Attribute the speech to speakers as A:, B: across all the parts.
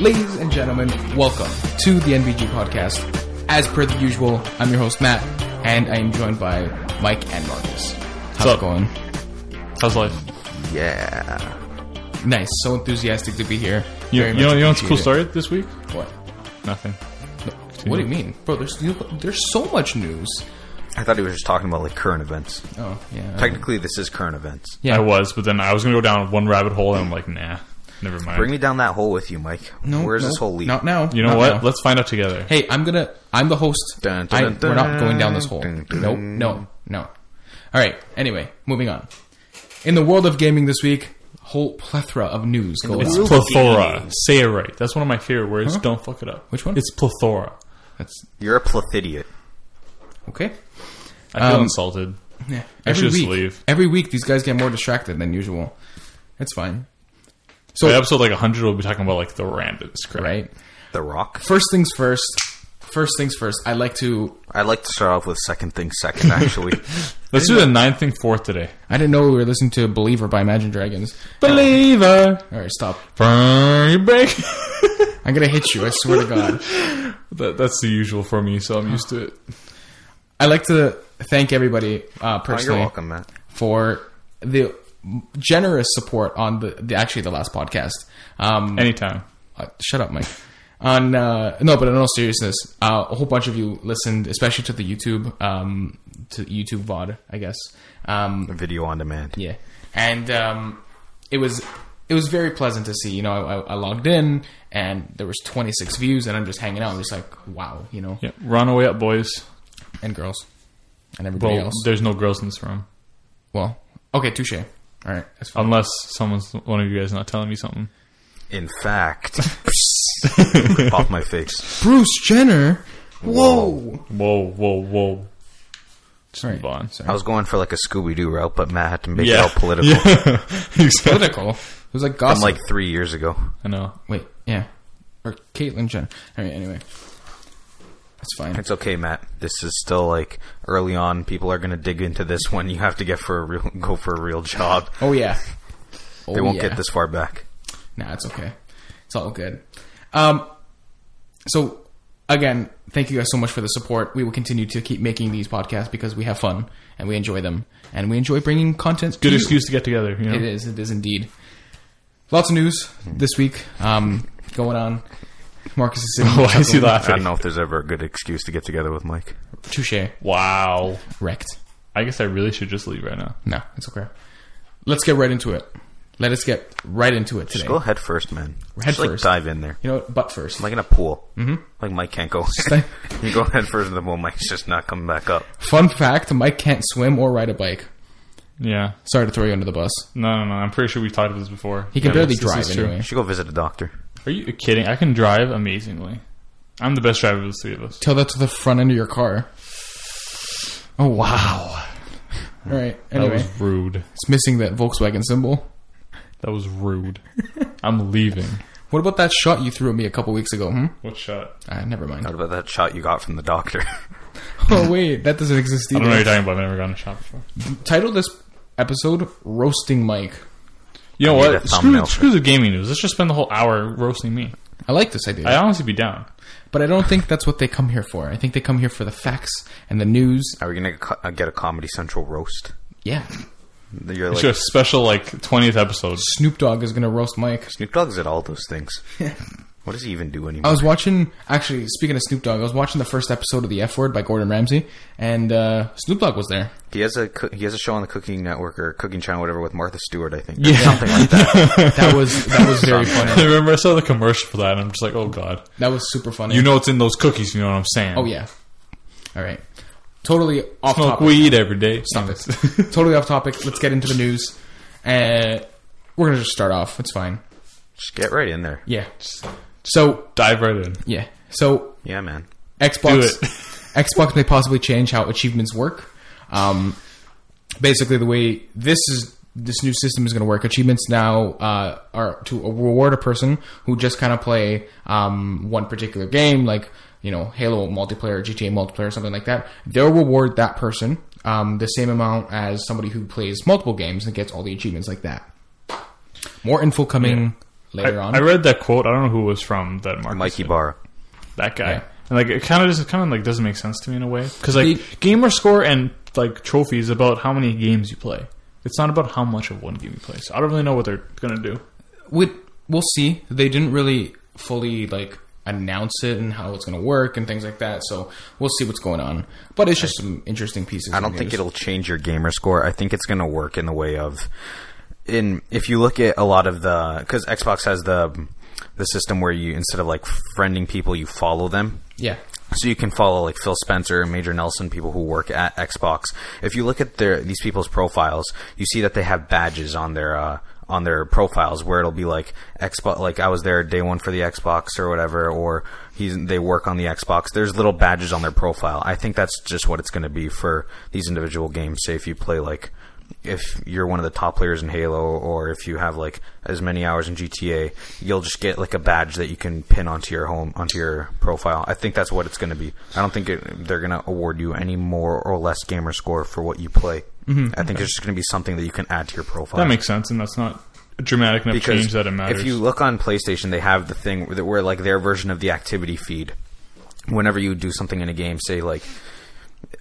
A: Ladies and gentlemen, welcome to the NBG podcast. As per the usual, I'm your host Matt, and I am joined by Mike and Marcus. How's
B: Sup?
A: it going?
B: How's life?
C: Yeah.
A: Nice. So enthusiastic to be here.
B: You,
A: Very
B: you know,
A: much
B: you know what's a cool
A: appreciate
B: story this week?
A: it. What?
B: Nothing.
A: What do you mean, bro? There's there's so much news.
C: I thought he was just talking about like current events.
A: Oh yeah.
C: Technically, this is current events.
A: Yeah.
B: I was, but then I was gonna go down one rabbit hole, and I'm like, nah, never mind.
C: Bring me down that hole with you, Mike.
A: no,
C: Where's
A: no,
C: this hole lead?
A: Not now.
B: you know
A: Not
B: what?
A: now.
B: Let's find out together.
A: hey, I'm gonna. I'm the host.
C: Dun, dun,
A: I-
C: dun,
A: we're not
C: dun,
A: going down this hole.
C: dun, dun.
A: Nope. No. No. All right. Anyway, moving on. In the world of gaming this week, whole plethora of news going
B: It's
A: on.
B: plethora. Say it right. That's one of my favorite words.
A: Huh?
B: Don't fuck it up.
A: Which one?
B: It's plethora.
A: That's
C: You're a plithidiot.
A: okay.
B: I feel
A: Um,
B: insulted.
A: Yeah.
B: I should
A: Every
B: just
A: week,
B: leave.
A: every week, these guys get more distracted than usual. It's fine,
B: So episode like 100 will be talking about like the random crap.
A: right?
C: The Rock.
A: First things first. First things first. I'd like to.
C: I'd like to start off with second thing second, actually. Oh,
B: Let's do the ninth thing fourth today.
A: I didn't know we were listening to "Believer" by Imagine Dragons.
B: Oh. Believer.
A: All right, stop.
B: Burn your break.
A: I'm gonna hit you. I swear to God.
B: that, that's the usual for me, so I'm used to it.
A: I'd like to thank everybody uh,
C: oh, you're
A: personally
C: welcome, Matt.
A: for the generous support on the, the actually the last podcast. Um,
B: Anytime.
A: uh, shut up, Mike. On uh, no, but in all seriousness, uh, a whole bunch of you listened, especially to the YouTube um, to YouTube VOD, I guess. Um,
C: Video on demand.
A: yeah, and um, it was it was very pleasant to see. You know, I, I, I logged in and there was 26 views, and I'm just hanging out. I'm just like, wow, you know,
B: Yeah. Run away up, boys.
A: and girls and everybody
B: Well,
A: else.
B: there's no girls in this room.
A: Well, okay, touche. All right, that's fine.
B: Unless someone's one of you guys not telling me something.
C: In fact, off my face.
A: Bruce Jenner. Whoa.
B: Whoa, whoa, whoa. Just
A: Sorry.
B: move on.
C: I
A: Sorry.
C: was going for like a Scooby Doo route, but Matt had to make it
B: Yeah.
C: all political.
B: Yeah. exactly.
A: Political. It was like
C: From
A: gossip.
C: like three years ago.
B: I know.
A: Wait, yeah. Or Caitlyn Jenner. All right, anyway. That's fine.
C: It's okay, Matt. This is still like early on. People are going to dig into this one. You have to get for a real, go for a real job.
A: Oh, yeah. Oh,
C: They won't
A: yeah.
C: get this far back.
A: Nah, it's okay. It's all good. Um, so, again, thank you guys so much for the support. We will continue to keep making these podcasts because we have fun and we enjoy them. And we enjoy bringing content to
B: Good
A: you.
B: excuse to get together. You know?
A: It is. It is indeed. Lots of news
B: Hmm.
A: this week um, going on. Marcus is sitting.
B: Why is he
C: I don't
B: laughing?
C: know if there's ever a good excuse to get together with Mike.
A: Touche.
B: Wow.
A: Wrecked.
B: I guess I really should just leave right now.
A: No, it's okay. Let's get right into it. Let us get right into it today.
C: Go head first, man.
A: Head
C: Just, like,
A: first.
C: dive in there.
A: You know what? But first,
C: Like in a pool. Mm-hmm. Like Mike can't go. you go head first in the pool, Mike's just not coming back up.
A: fun fact: Mike can't swim or ride a bike.
B: Yeah.
A: Sorry to throw you under the bus.
B: No, no, no. I'm pretty sure we've talked about this before.
A: He can
B: Yeah,
A: barely
B: this- this
A: drive
B: is true.
A: anyway.
C: You should go visit a doctor.
B: Are you kidding? I can drive amazingly. I'm the best driver of the three of us.
A: Tell that to the front end of your car. Oh wow! All right.
B: Hmm. That
A: Anyway,
B: was rude.
A: it's missing that Volkswagen symbol.
B: That was rude. I'm leaving.
A: What about that shot you threw at me a couple weeks ago? Hmm?
B: What shot?
A: Ah, never mind.
C: What about that shot you got from the doctor?
A: Oh wait, that doesn't exist
B: I don't know what you're
A: either.
B: talking about. I've never gone to shop before.
A: Title this episode "Roasting Mike."
B: You know
C: I need
B: what?
C: a
B: Screw,
C: thumbnail
B: screw the gaming news. Let's just spend the whole hour roasting me.
A: I like this idea.
B: I honestly be down.
A: But I don't think that's what they come here for. I think they come here for the facts and the news.
C: Are we going to co- uh, get a Comedy Central roast?
A: Yeah.
C: You're like,
B: It's your special like twentieth episode.
A: Snoop Dogg is going to roast Mike.
C: Snoop Dogg's at all those things. what does he even do anymore?
A: I was watching, actually, speaking of Snoop Dogg, I was watching the first episode of The F Word by Gordon Ramsay, and uh, Snoop Dogg was there.
C: he has a co- he has a show on the Cooking Network or Cooking Channel, whatever, with Martha Stewart, I think.
B: Yeah.
C: something like that.
A: That was that was very funny.
B: I remember I saw the commercial for that, and I'm just like, oh god.
A: That was super funny.
B: You know what's in those cookies? You know what I'm saying?
A: oh yeah. All right. Totally off
B: Smoke
A: topic.
B: weed every day.
A: Stop it. totally off topic. Let's get into the news. Uh, we're gonna just start off. It's fine.
C: Just get right in there.
A: Yeah. So
B: Dive right in.
A: yeah. So
C: Yeah, man.
B: Do
A: Xbox
B: it.
A: Xbox may possibly change how achievements work. Um, basically, the way this is this new system is going to work. Achievements now uh, are to reward a person who just kind of play um, one particular game, like you know Halo multiplayer, GTA multiplayer, something like that. They'll reward that person um, the same amount as somebody who plays multiple games and gets all the achievements like that. More info coming later on.
B: I, I read that quote. I don't know who it was from that Marcus
C: Mikey
B: said.
C: Barr.
B: that guy.
A: Yeah.
B: And like it kind of doesn't kind of like doesn't make sense to me in a way because like
A: They-
B: gamer score and like trophy is about how many games you play. It's not about how much of one game you play. So I don't really know what they're gonna do.
A: we we'll see. They didn't really fully like announce it and how it's going to work and things like that. So we'll see what's going on. But it's just some interesting pieces.
C: I don't think it'll change your gamer score. I think it's going to work in the way of in if you look at a lot of the cuz Xbox has the the system where you instead of like friending people, you follow them.
A: Yeah.
C: So you can follow like Phil Spencer, Major Nelson, people who work at Xbox. If you look at their these people's profiles, you see that they have badges on their uh, on their profiles where it'll be like Xbox, like I was there day one for the Xbox or whatever, or he's they work on the Xbox. There's little badges on their profile. I think that's just what it's going to be for these individual games. Say if you play like if you're one of the top players in Halo or if you have like as many hours in GTA, you'll just get like a badge that you can pin onto your home onto your profile. I think that's what it's going to be. I don't think it, they're going to award you any more or less gamer score for what you play. I think it's just going to be something that you can add to your profile.
B: Mm-hmm. That makes sense, and that's not a dramatic enough
C: because
B: change that it matters.
C: if you look on PlayStation, they have the thing where, where like their version of the activity feed. Whenever you do something in a game, say like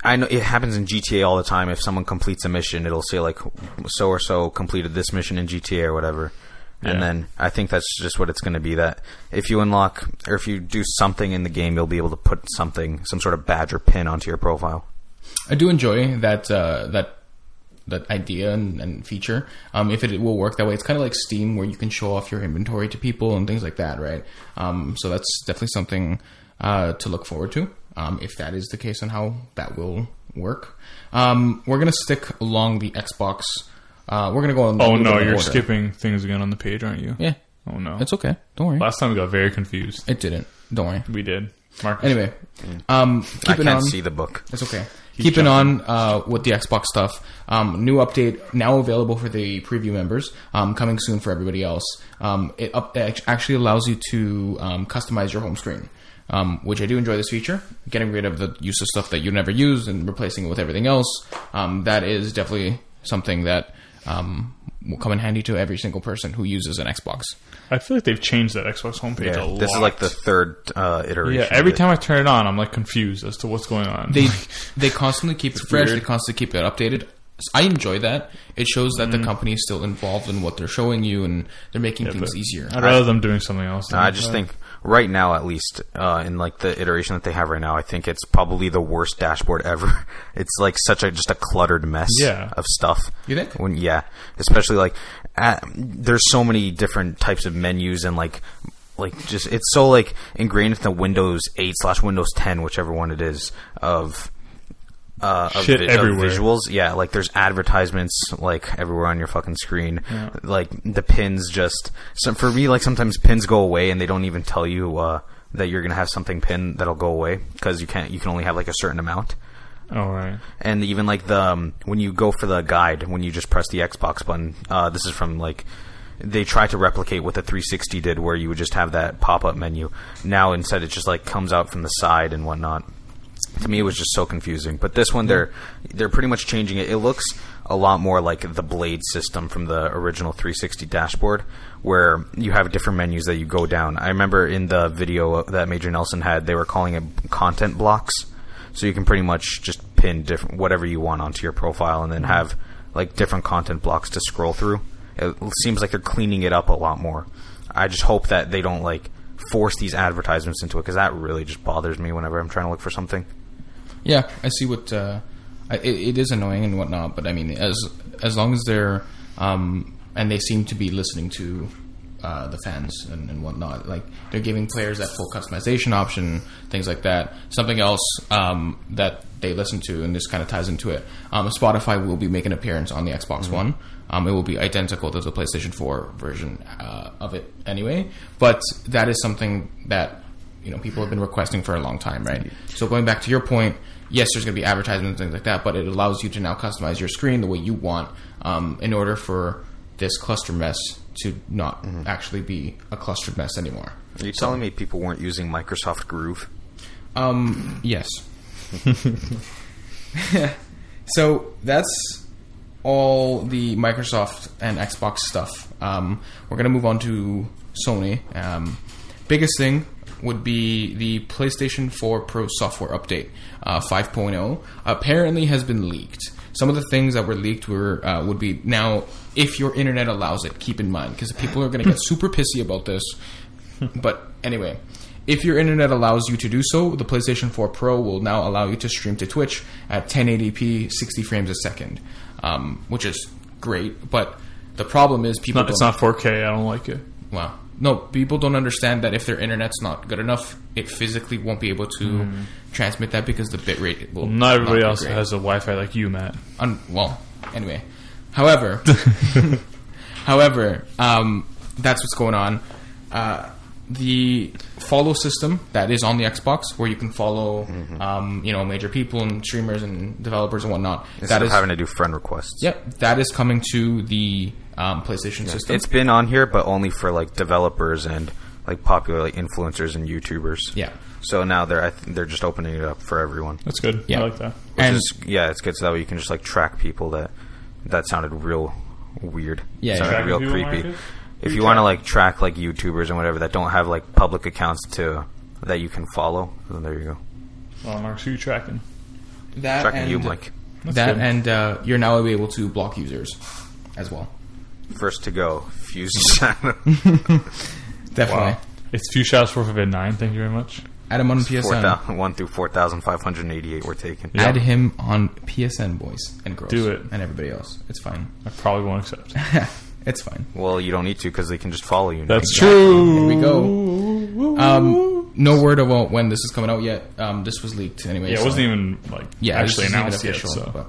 C: I know it happens in GTA all the time. If someone completes a mission, it'll say like so or so completed this mission in GTA or whatever. And
B: Yeah.
C: then I think that's just what it's going to be. That if you unlock or if you do something in the game, you'll be able to put something, some sort of badge or pin onto your profile.
A: I do enjoy that uh, that that idea and, and feature. Um, if it will work that way, it's kind of like Steam, where you can show off your inventory to people and things like that, right? Um, so that's definitely something uh, to look forward to, um, if that is the case and how that will work. Um, we're gonna stick along the Xbox. Uh, we're gonna go on. a
B: oh
A: little
B: no,
A: bit of
B: you're
A: order.
B: skipping things again on the page, aren't you?
A: Yeah,
B: Oh no.
A: it's okay. Don't worry.
B: Last time we got very confused.
A: It didn't. Don't worry.
B: We did. Marcus.
A: Anyway, um, keep
C: I
A: it
C: can't
A: on.
C: see the book.
A: It's okay. Keeping on uh, with the Xbox stuff. Um, new update now available for the preview members. Um, coming soon for everybody else. Um, it up, it actually allows you to um, customize your home screen, um, which I do enjoy this feature. Getting rid of the use of stuff that you never use and replacing it with everything else. Um, that is definitely something that um, will come in handy to every single person who uses an Xbox.
B: I feel like they've changed that Xbox homepage a
C: Yeah,
B: lot.
C: this is like the third uh, iteration.
B: yeah.
C: of
B: Every
C: it.
B: time I turn it on, I'm like confused as to what's going on.
A: They they constantly keep it fresh.
B: weird.
A: They constantly keep it updated. I enjoy that. It shows that
B: Mm.
A: the company is still involved in what they're showing you, and they're making
B: but-
A: things easier.
B: I'd rather them doing something else. than
C: I
B: that.
C: just think right now, at least uh, in like the iteration that they have right now, I think it's probably the worst dashboard ever. It's like such a just a cluttered mess
B: Yeah.
C: of stuff.
A: You think?
C: When yeah, especially like at, there's so many different types of menus and like like just it's so like ingrained into Windows 8 slash Windows 10, whichever one it is of. Uh, of
B: Shit
C: vi-
B: everywhere.
C: Of visuals, yeah. Like there's advertisements like everywhere on your fucking screen
B: Yeah.
C: like the pins just so for me like sometimes pins go away and they don't even tell you uh, that you're gonna have something pinned that'll go away because you can't you can only have like a certain amount
B: Oh, All right.
C: and even like the um, when you go for the guide when you just press the Xbox button uh, this is from like they try to replicate what the 360 did where you would just have that pop up menu now instead it just like comes out from the side and whatnot to me it was just so confusing but this one they're they're pretty much changing it it looks a lot more like the blade system from the original 360 dashboard where you have different menus that you go down i remember in the video that major nelson had they were calling it content blocks so you can pretty much just pin different whatever you want onto your profile and then have like different content blocks to scroll through it seems like they're cleaning it up a lot more i just hope that they don't like force these advertisements into it because that really just bothers me whenever i'm trying to look for something
A: Yeah, I see what uh, I, it, it is annoying and whatnot, but I mean, as as long as they're um, and they seem to be listening to uh, the fans and, and whatnot, like they're giving players that full customization option, things like that. Something else um, that they listen to, and this kind of ties into it. Um, Spotify will be making an appearance on the Xbox One. Um, it will be identical to the PlayStation 4 version uh, of it anyway, but that is something that you know people have been requesting for a long time, right? So going back to your point, yes, there's going to be advertisements and things like that, but it allows you to now customize your screen the way you want um, in order for this cluster mess to not actually be a clustered mess anymore.
C: Are you telling me people weren't using Microsoft Groove?
A: Um, yes. so that's all the Microsoft and Xbox stuff. Um, we're going to move on to Sony. Um, biggest thing would be the PlayStation 4 Pro software update uh, 5.0 apparently has been leaked. Some of the things that were leaked were uh, would be now if your internet allows it. Keep in mind because people are going to get super pissy about this but anyway, if your internet allows you to do so, the PlayStation 4 Pro will now allow you to stream to Twitch at 1080p, 60 frames a second, um, which is great. But the problem is people.
B: Not, it's
A: don't-
B: not 4K. I don't like it.
A: Wow. No, people don't understand that if their internet's not good enough, it physically won't be able to transmit that because the bit rate will.
B: Mm. Not everybody
A: be
B: else
A: great.
B: has a Wi-Fi like you, Matt.
A: Un- well, anyway. However, however, um, that's what's going on. Uh, the follow system that is on the Xbox, where you can follow,
C: Mm-hmm.
A: um, you know, major people and streamers and developers and whatnot.
C: Instead
A: that
C: of
A: is,
C: having to do friend requests.
A: yep, that is coming to the um, PlayStation system.
C: It's been on here, but only for like developers and like popular like influencers and YouTubers.
A: Yeah.
C: So now they're I th- they're just opening it up for everyone.
B: That's good.
A: Yeah.
B: I like that.
C: Which
A: and
C: is, yeah, it's good. So that way you can just like track people that that sounded real weird.
A: Yeah,
C: sounded
B: Tracking
C: real
B: people
C: creepy.
B: market?
C: If
B: Who
C: you
B: you
C: want to
B: track?
C: like track like YouTubers and whatever that don't have like public accounts to that you can follow, then there you go.
B: Well, Mark, who you tracking?
A: that
C: Tracking you,
A: and-
C: Mike.
A: that
B: good.
A: and uh, you're now able to block users as well.
C: First to go, Fuse Shadow.
A: Definitely.
B: It's few shots for Forbidden Nine. Thank you very much.
A: Add him on PSN.
C: 4,000 1 through 4,588 were taken.
B: Yeah.
A: Add him on PSN, boys and girls.
B: Do it.
A: And everybody else. It's fine.
B: I probably won't accept.
A: it's fine.
C: Well, you don't need to because they can just follow you. now.
B: That's true.
A: Here we go. Um, no word about when this is coming out yet. Um, this was leaked anyway.
B: Yeah, it
A: so-
B: wasn't even like
A: yeah, this
B: actually
A: isn't even
B: announced yet. so.
A: but-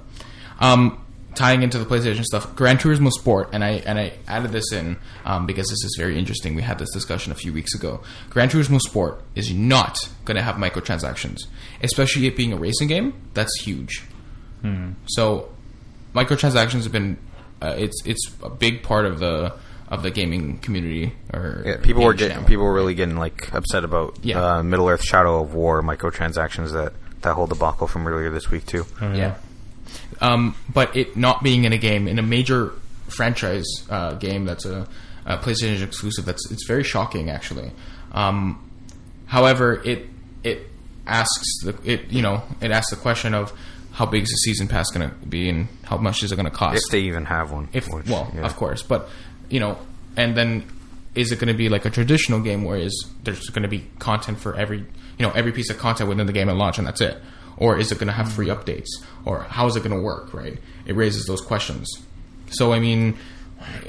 A: um, tying into the PlayStation stuff, Gran Turismo Sport, and I and I added this in um, because this is very interesting. We had this discussion a few weeks ago. Gran Turismo Sport is not going to have microtransactions, especially it being a racing game. That's huge.
B: Hmm.
A: So, microtransactions have been uh, it's it's a big part of the of the gaming community. Or
C: Yeah, people were
A: industry
C: getting
A: now.
C: people were really getting like upset about
A: Yeah.
C: uh, Middle Earth Shadow of War microtransactions that that whole debacle from earlier this week too.
B: Oh,
A: Yeah. Um, but it not being in a game in a major franchise uh, game that's a, a PlayStation exclusive. That's it's very shocking actually. Um, however, it it asks the it you know it asks the question of how big is the season pass going to be and how much is it going to cost?
C: If they even have one.
A: if
C: which,
A: well,
C: yeah.
A: of course, but you know, and then is it going to be like a traditional game where is there's going to be content for every you know every piece of content within the game at launch and that's it, or is it going to have free updates, or how is it going to work? Right, it raises those questions. So I mean,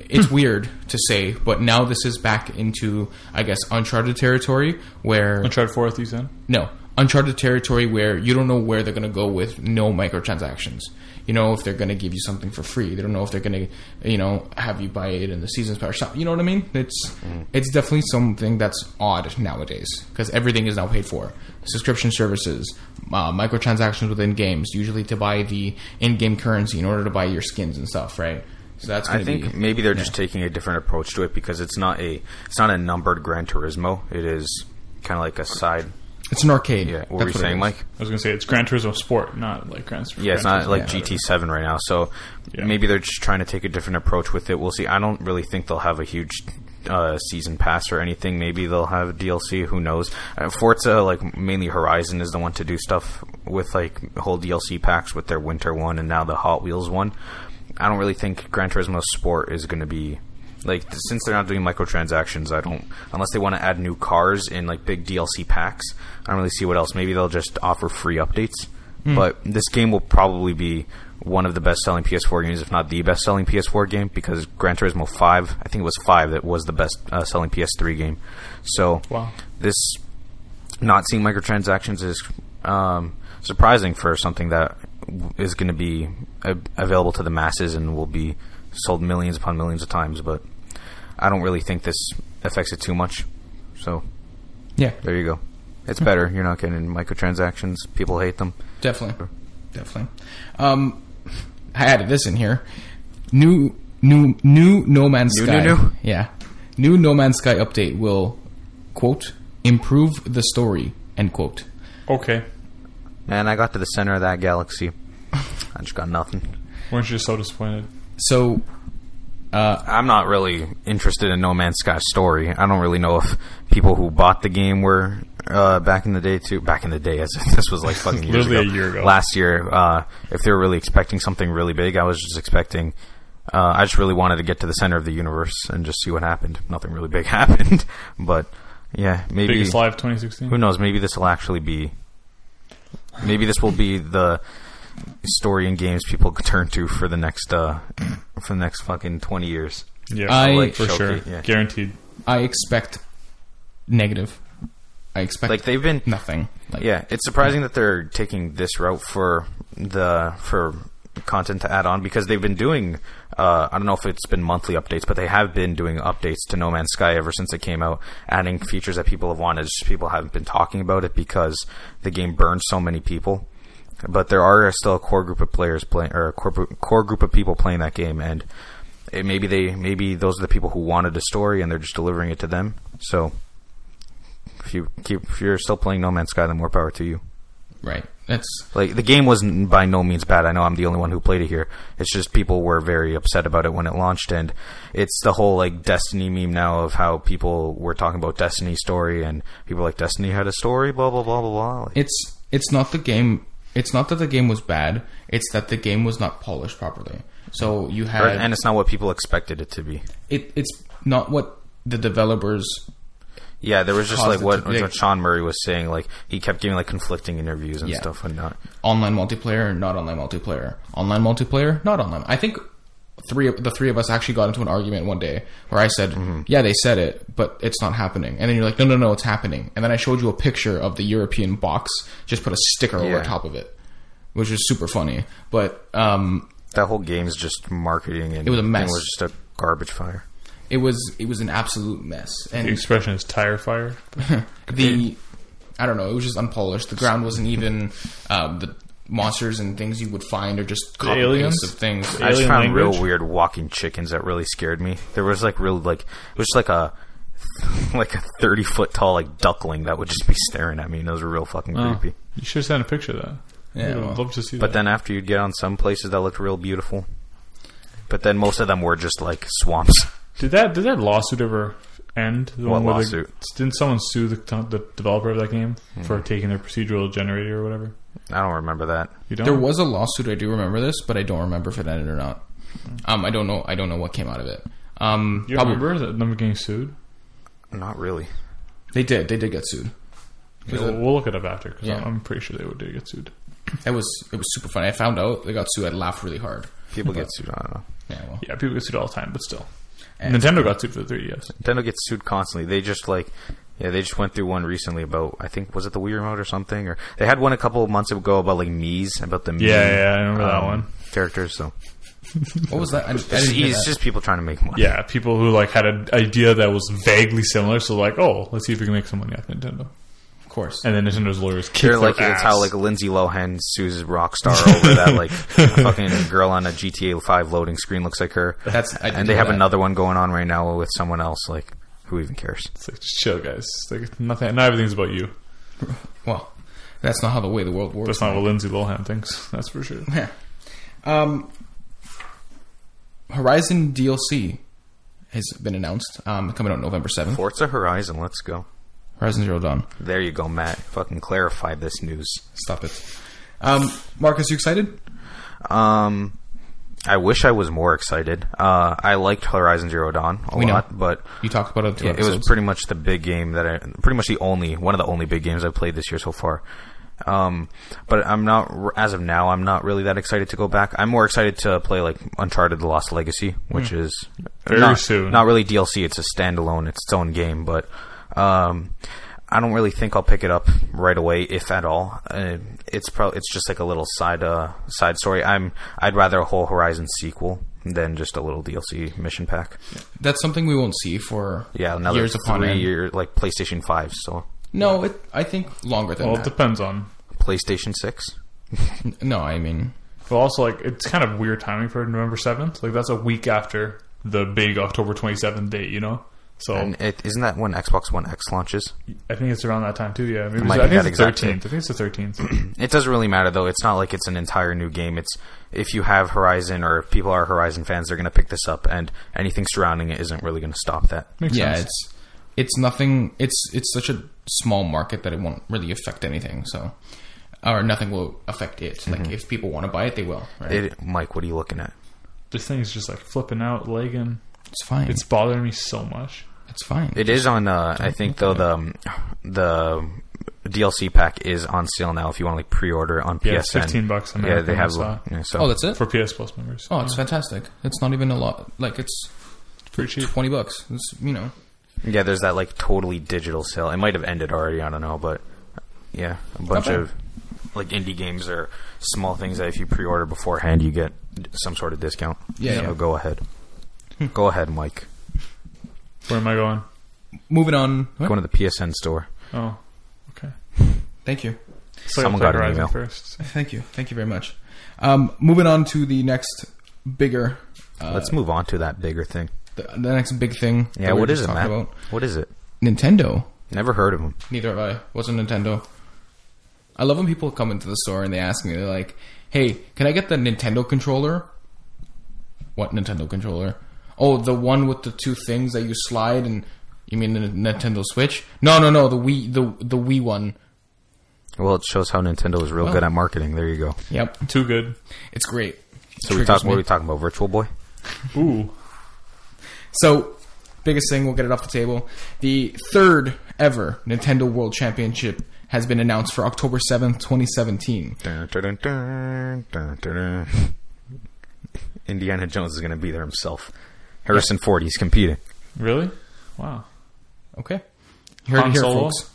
A: it's weird to say, but now this is back into I guess uncharted territory where
B: Uncharted Four, you said.
A: no uncharted territory where you don't know where they're going to go with no microtransactions you know if they're going to give you something for free they don't know if they're going to you know have you buy it in the seasons pass or something you know what i mean it's
C: Mm.
A: it's definitely something that's odd nowadays because everything is now paid for subscription services uh, microtransactions within games usually to buy the in-game currency in order to buy your skins and stuff right so that's
C: I
A: going to
C: think
A: be
C: maybe they're just taking a different approach to it because it's not a it's not a numbered Gran Turismo. It is kind of like a side.
A: it's an arcade
C: Yeah,
A: That's
C: what were you
A: it
C: saying,
A: is.
C: Mike?
B: I was gonna say it's Gran Turismo Sport, not like Gran.
C: Yeah, it's
B: Gran
C: not like
A: yeah.
C: GT7 right now. So
B: Yeah.
C: maybe they're just trying to take a different approach with it. We'll see. I don't really think they'll have a huge uh, season pass or anything. Maybe they'll have DLC. Who knows? Uh, Forza, like mainly Horizon, is the one to do stuff with like whole DLC packs with their winter one and now the Hot Wheels one. I don't really think Gran Turismo Sport is going to be like th- since they're not doing microtransactions. I don't unless they want to add new cars in like big DLC packs. I don't really see what else. Maybe they'll just offer free updates. But this game will probably be one of the best selling PS4 games, if not the best selling PS4 game, because Gran Turismo 5, I think it was 5 that was the best uh, selling PS3 game. So,
B: Wow.
C: this not seeing microtransactions is um, surprising for something that w- is going to be a- available to the masses and will be sold millions upon millions of times. But I don't really think this affects it too much. So,
A: yeah
C: there you go. It's better. You're not getting microtransactions. People hate them.
A: Definitely, definitely. Um, I added this in here. New, new, new No Man's
C: New,
A: Sky.
C: new, new?
A: Yeah, new No Man's Sky update will quote improve the story end quote.
B: Okay.
C: And I got to the center of that galaxy. I just got nothing.
B: Weren't you just so disappointed?
A: So
C: I'm not really interested in No Man's Sky's story. I don't really know if people who bought the game were uh, back in the day too. Back in the day, as if this was like fucking years
B: Literally
C: ago,
B: a year ago.
C: Last year, uh, if they were really expecting something really big, I was just expecting. Uh, I just really wanted to get to the center of the universe and just see what happened. Nothing really big happened, but yeah, maybe
B: Biggest Live 2016?
C: who knows? Maybe this will actually be. Maybe this will be the story and games people turn to for the next uh, for the next fucking twenty years.
B: Yeah,
A: I-
B: like, for
C: Shelby,
B: sure.
C: yeah.
B: Guaranteed.
A: I expect negative. I expect
C: Like they've been,
A: nothing. Like,
C: yeah. It's surprising that they're taking this route for the for content to add on because they've been doing. Uh, I don't know if it's been monthly updates, but they have been doing updates to No Man's Sky ever since it came out, adding features that people have wanted. It's just people haven't been talking about it because the game burned so many people. But there are still a core group of players playing, or a core, gr- core group of people playing that game, and it, maybe they, maybe those are the people who wanted a story, and they're just delivering it to them. So if you keep if you're still playing No Man's Sky, then more power to you.
A: Right. That's
C: Like the game wasn't by no means bad. I know I'm the only one who played it here. It's just people were very upset about it when it launched, and it's the whole like Destiny meme now of how people were talking about Destiny's story, and people were like Destiny had a story, blah blah blah blah blah. Like,
A: it's it's not the game. It's not that the game was bad. It's that the game was not polished properly. So you had
C: or- and it's not what people expected it to be.
A: it, it's not what the developers.
C: Yeah, there was just
A: Caused
C: like
A: it
C: what,
A: to-
C: what Sean Murray was saying. Like he kept giving like conflicting interviews and
A: Yeah.
C: stuff and not.
A: Online multiplayer, not online multiplayer. Online multiplayer, not online. I think three of the three of us actually got into an argument one day where I said, "Yeah, they said it, but it's not happening." And then you're like, "No, no, no, it's happening." And then I showed you a picture of the European box, just put a sticker over
C: Yeah.
A: top of it, which was super funny. But um,
C: That whole game's just marketing and
A: It was a mess.
C: It was just a garbage fire.
A: it was it was an absolute mess
B: The
A: and
B: expression is tire fire.
A: the i don't know it was just unpolished the ground wasn't even um, the monsters and things you would find are just copy
B: aliens?
A: paste of things
B: The
C: I just
B: alien
C: found
B: language?
C: real weird walking chickens that really scared me. There was like real like it was just like a like a thirty foot tall like duckling that would just be staring at me, and it was real fucking
B: Oh,
C: creepy.
B: you should have sent a picture of that.
A: Yeah,
B: I would
A: well.
B: love to see that.
C: But then after you'd get on some places that looked real beautiful, but then most of them were just like swamps.
B: Did that did that lawsuit ever end? The
C: What
B: where the-
C: lawsuit? Hmm.
B: didn't someone sue the, the developer of that game for taking their procedural generator or whatever?
C: I don't remember that.
B: You don't.
A: there was a lawsuit i do remember this but i don't remember if it ended or not um, i don't know i don't know what came out of it um,
B: You
A: probably-
B: remember that them getting sued?
C: Not really.
A: they did they did get sued
B: 'Cause
A: Yeah.
B: We'll, we'll look it up after because
A: Yeah.
B: I'm pretty sure they would did get sued.
A: that was it was super funny i found out they got sued i laughed really hard
C: People get sued. I don't know.
A: yeah well
B: Yeah, people get sued all the time, but still.
A: And-
B: Nintendo got sued for the 3DS.
C: Nintendo gets sued constantly. They just like, yeah, they just went through one recently about I think was it the Wii remote or something, or they had one a couple of months ago about like Mii's about the Mii,
B: Yeah, yeah, yeah, I remember that
C: um,
B: one.
C: characters. So
A: what was that i, I didn't
C: it's,
A: hear
C: it's
A: that.
C: just people trying to make money.
B: Yeah, people who like had an idea that was vaguely similar, so like, oh, let's see if we can make some money off Nintendo.
A: of course
B: And then Nintendo's lawyers kicked
C: They're
B: their
C: like
B: ass.
C: it's how like Lindsay Lohan sues Rockstar over that like fucking girl on a GTA Five loading screen looks like her,
A: that's I didn't
C: and they
A: hear
C: have
A: that.
C: another one going on right now with someone else. Like, who even cares?
B: It's like, just chill, guys. It's like nothing, not everything's about you.
A: well that's not how the way the world works
B: That's not what Lindsay Lohan thinks. That's for sure.
A: Yeah. Um, Horizon DLC has been announced. Um, coming out November seventh.
C: Forza Horizon, let's go.
A: Horizon Zero Dawn.
C: There you go, Matt. Fucking clarify this news.
A: Stop it. Um, Marcus, you excited?
C: Um, I wish I was more excited. Uh, I liked Horizon Zero Dawn a
A: We know.
C: lot, but
A: You talked about it. in Two
C: Yeah, it was
A: episodes.
C: pretty much the big game that I, pretty much the only one of the only big games I've played this year so far. Um, but I'm not r- as of now. I'm not really that excited to go back. I'm more excited to play like Uncharted: The Lost Legacy, which is
B: Hmm. Very
C: not,
B: soon.
C: Not really DLC. It's a standalone. It's its own game. But um, I don't really think I'll pick it up right away, if at all. Uh, it's probably it's just like a little side uh, side story. I'm I'd rather a whole Horizon sequel than just a little DLC mission pack.
A: That's something we won't see for
C: Yeah, another
A: years upon
C: three
A: end.
C: year like PlayStation Five. So
A: No, it, I think longer than
B: Well, it
A: that.
B: depends on.
C: PlayStation Six.
A: no, I mean,
B: But also, like, it's kind of weird timing for November 7th. Like, that's a week after the big October 27th date, you know? So
C: And it, isn't that when Xbox One X launches?
B: I think it's around that time, too, yeah. Maybe it's,
C: might
B: I
C: be
B: think
C: that
B: it's the
C: exact
B: 13th.
C: date.
B: I think it's the 13th.
C: Mm. It doesn't really matter though. It's not like it's an entire new game. It's if you have Horizon or if people are Horizon fans, they're going to pick this up, and anything surrounding it isn't really going to stop that.
B: Makes
A: yeah,
B: sense.
A: it's it's nothing. It's it's such a small market that it won't really affect anything. So, or nothing will affect it. Like if people want to buy it, they will. Right?
C: Mm-hmm. It, Mike, what are you looking at?
B: This thing is just, like, flipping out, lagging.
A: it's fine.
B: It's
A: It's
B: bothering me so much.
A: it's fine.
C: It is on. Uh, I think though the um, the DLC pack is on sale now. If you want to like pre-order on
B: Yeah,
C: PSN,
B: it's 15 bucks an
C: Yeah,
B: hour
C: they
B: from
C: have.
B: what I saw.
C: yeah, so
A: oh, that's it.
B: For PS Plus members.
A: Oh, it's fantastic. It's not even a lot. Like it's
B: pretty cheap.
A: twenty bucks. It's you know.
C: yeah, there's that like totally digital sale. It might have ended already. I don't know, but yeah, a bunch
A: bad.
C: of like indie games or small things that if you pre-order beforehand, you get some sort of discount.
A: Yeah,
C: So
A: yeah. Hmm.
C: go ahead, go ahead, Mike.
B: Where am I going?
A: Moving on. Oh, What?
C: Go into the PSN store.
B: Oh, okay.
A: Thank you.
B: So
C: Someone
B: I
C: got
B: played Horizon
C: an email.
B: first.
A: Thank you. Thank you very much. Um, moving on to the next bigger. Uh,
C: Let's move on to that bigger thing.
A: the, the next big thing.
C: Yeah,
A: that we
C: what
A: were
C: is
A: just
C: it, Matt?
A: talking about.
C: What is it?
A: Nintendo.
C: Never heard of them.
A: Neither have I. What's a Nintendo? I love when people come into the store and they ask me, they're like, "Hey, can I get the Nintendo controller?" What Nintendo controller? Oh, the one with the two things that you slide and you mean the N- Nintendo Switch? No, no, no, the Wii, the the Wii one.
C: Well, it shows how Nintendo is real
A: Well.
C: good at marketing. There you go.
A: Yep,
B: Too good.
A: it's great.
C: So we
A: Triggers
C: talk, what
A: me.
C: are we talking about? Virtual Boy?
B: Ooh.
A: So, biggest thing, we'll get it off the table. The third ever Nintendo World Championship has been announced for October 7th, 2017.
C: Dun, dun, dun, dun, dun, dun, dun. Indiana Jones is going to be there himself. Harrison Ford, he's competing.
B: Really? Wow.
A: Okay. You heard
B: Han
A: it here,
B: Solo?
A: folks.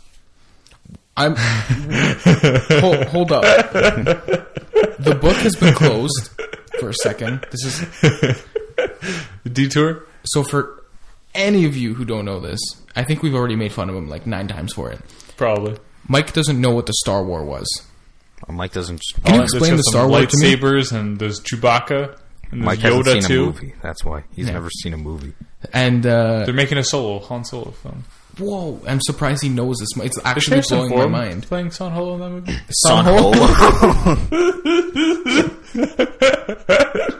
A: I'm hold, hold up. The book has been closed for a second. This is
B: Detour?
A: so for any of you who don't know this. I think we've already made fun of him like nine times for it.
B: Probably.
A: Mike doesn't know what the Star War was.
C: Uh, Mike doesn't.
A: Can you
B: There's
A: explain
B: got
A: the
B: some
A: Star War to me?
B: lightsabers and there's Chewbacca and there's
C: Mike
B: Yoda
C: hasn't seen a
B: too.
C: movie. That's why he's never seen a movie.
A: And uh,
B: They're making a solo Han Solo film.
A: whoa, I'm surprised he knows this. mu- It's actually
B: Harrison
A: blowing my
B: Ford
A: mind.
B: playing Son Holo in that movie.
A: Son Holo?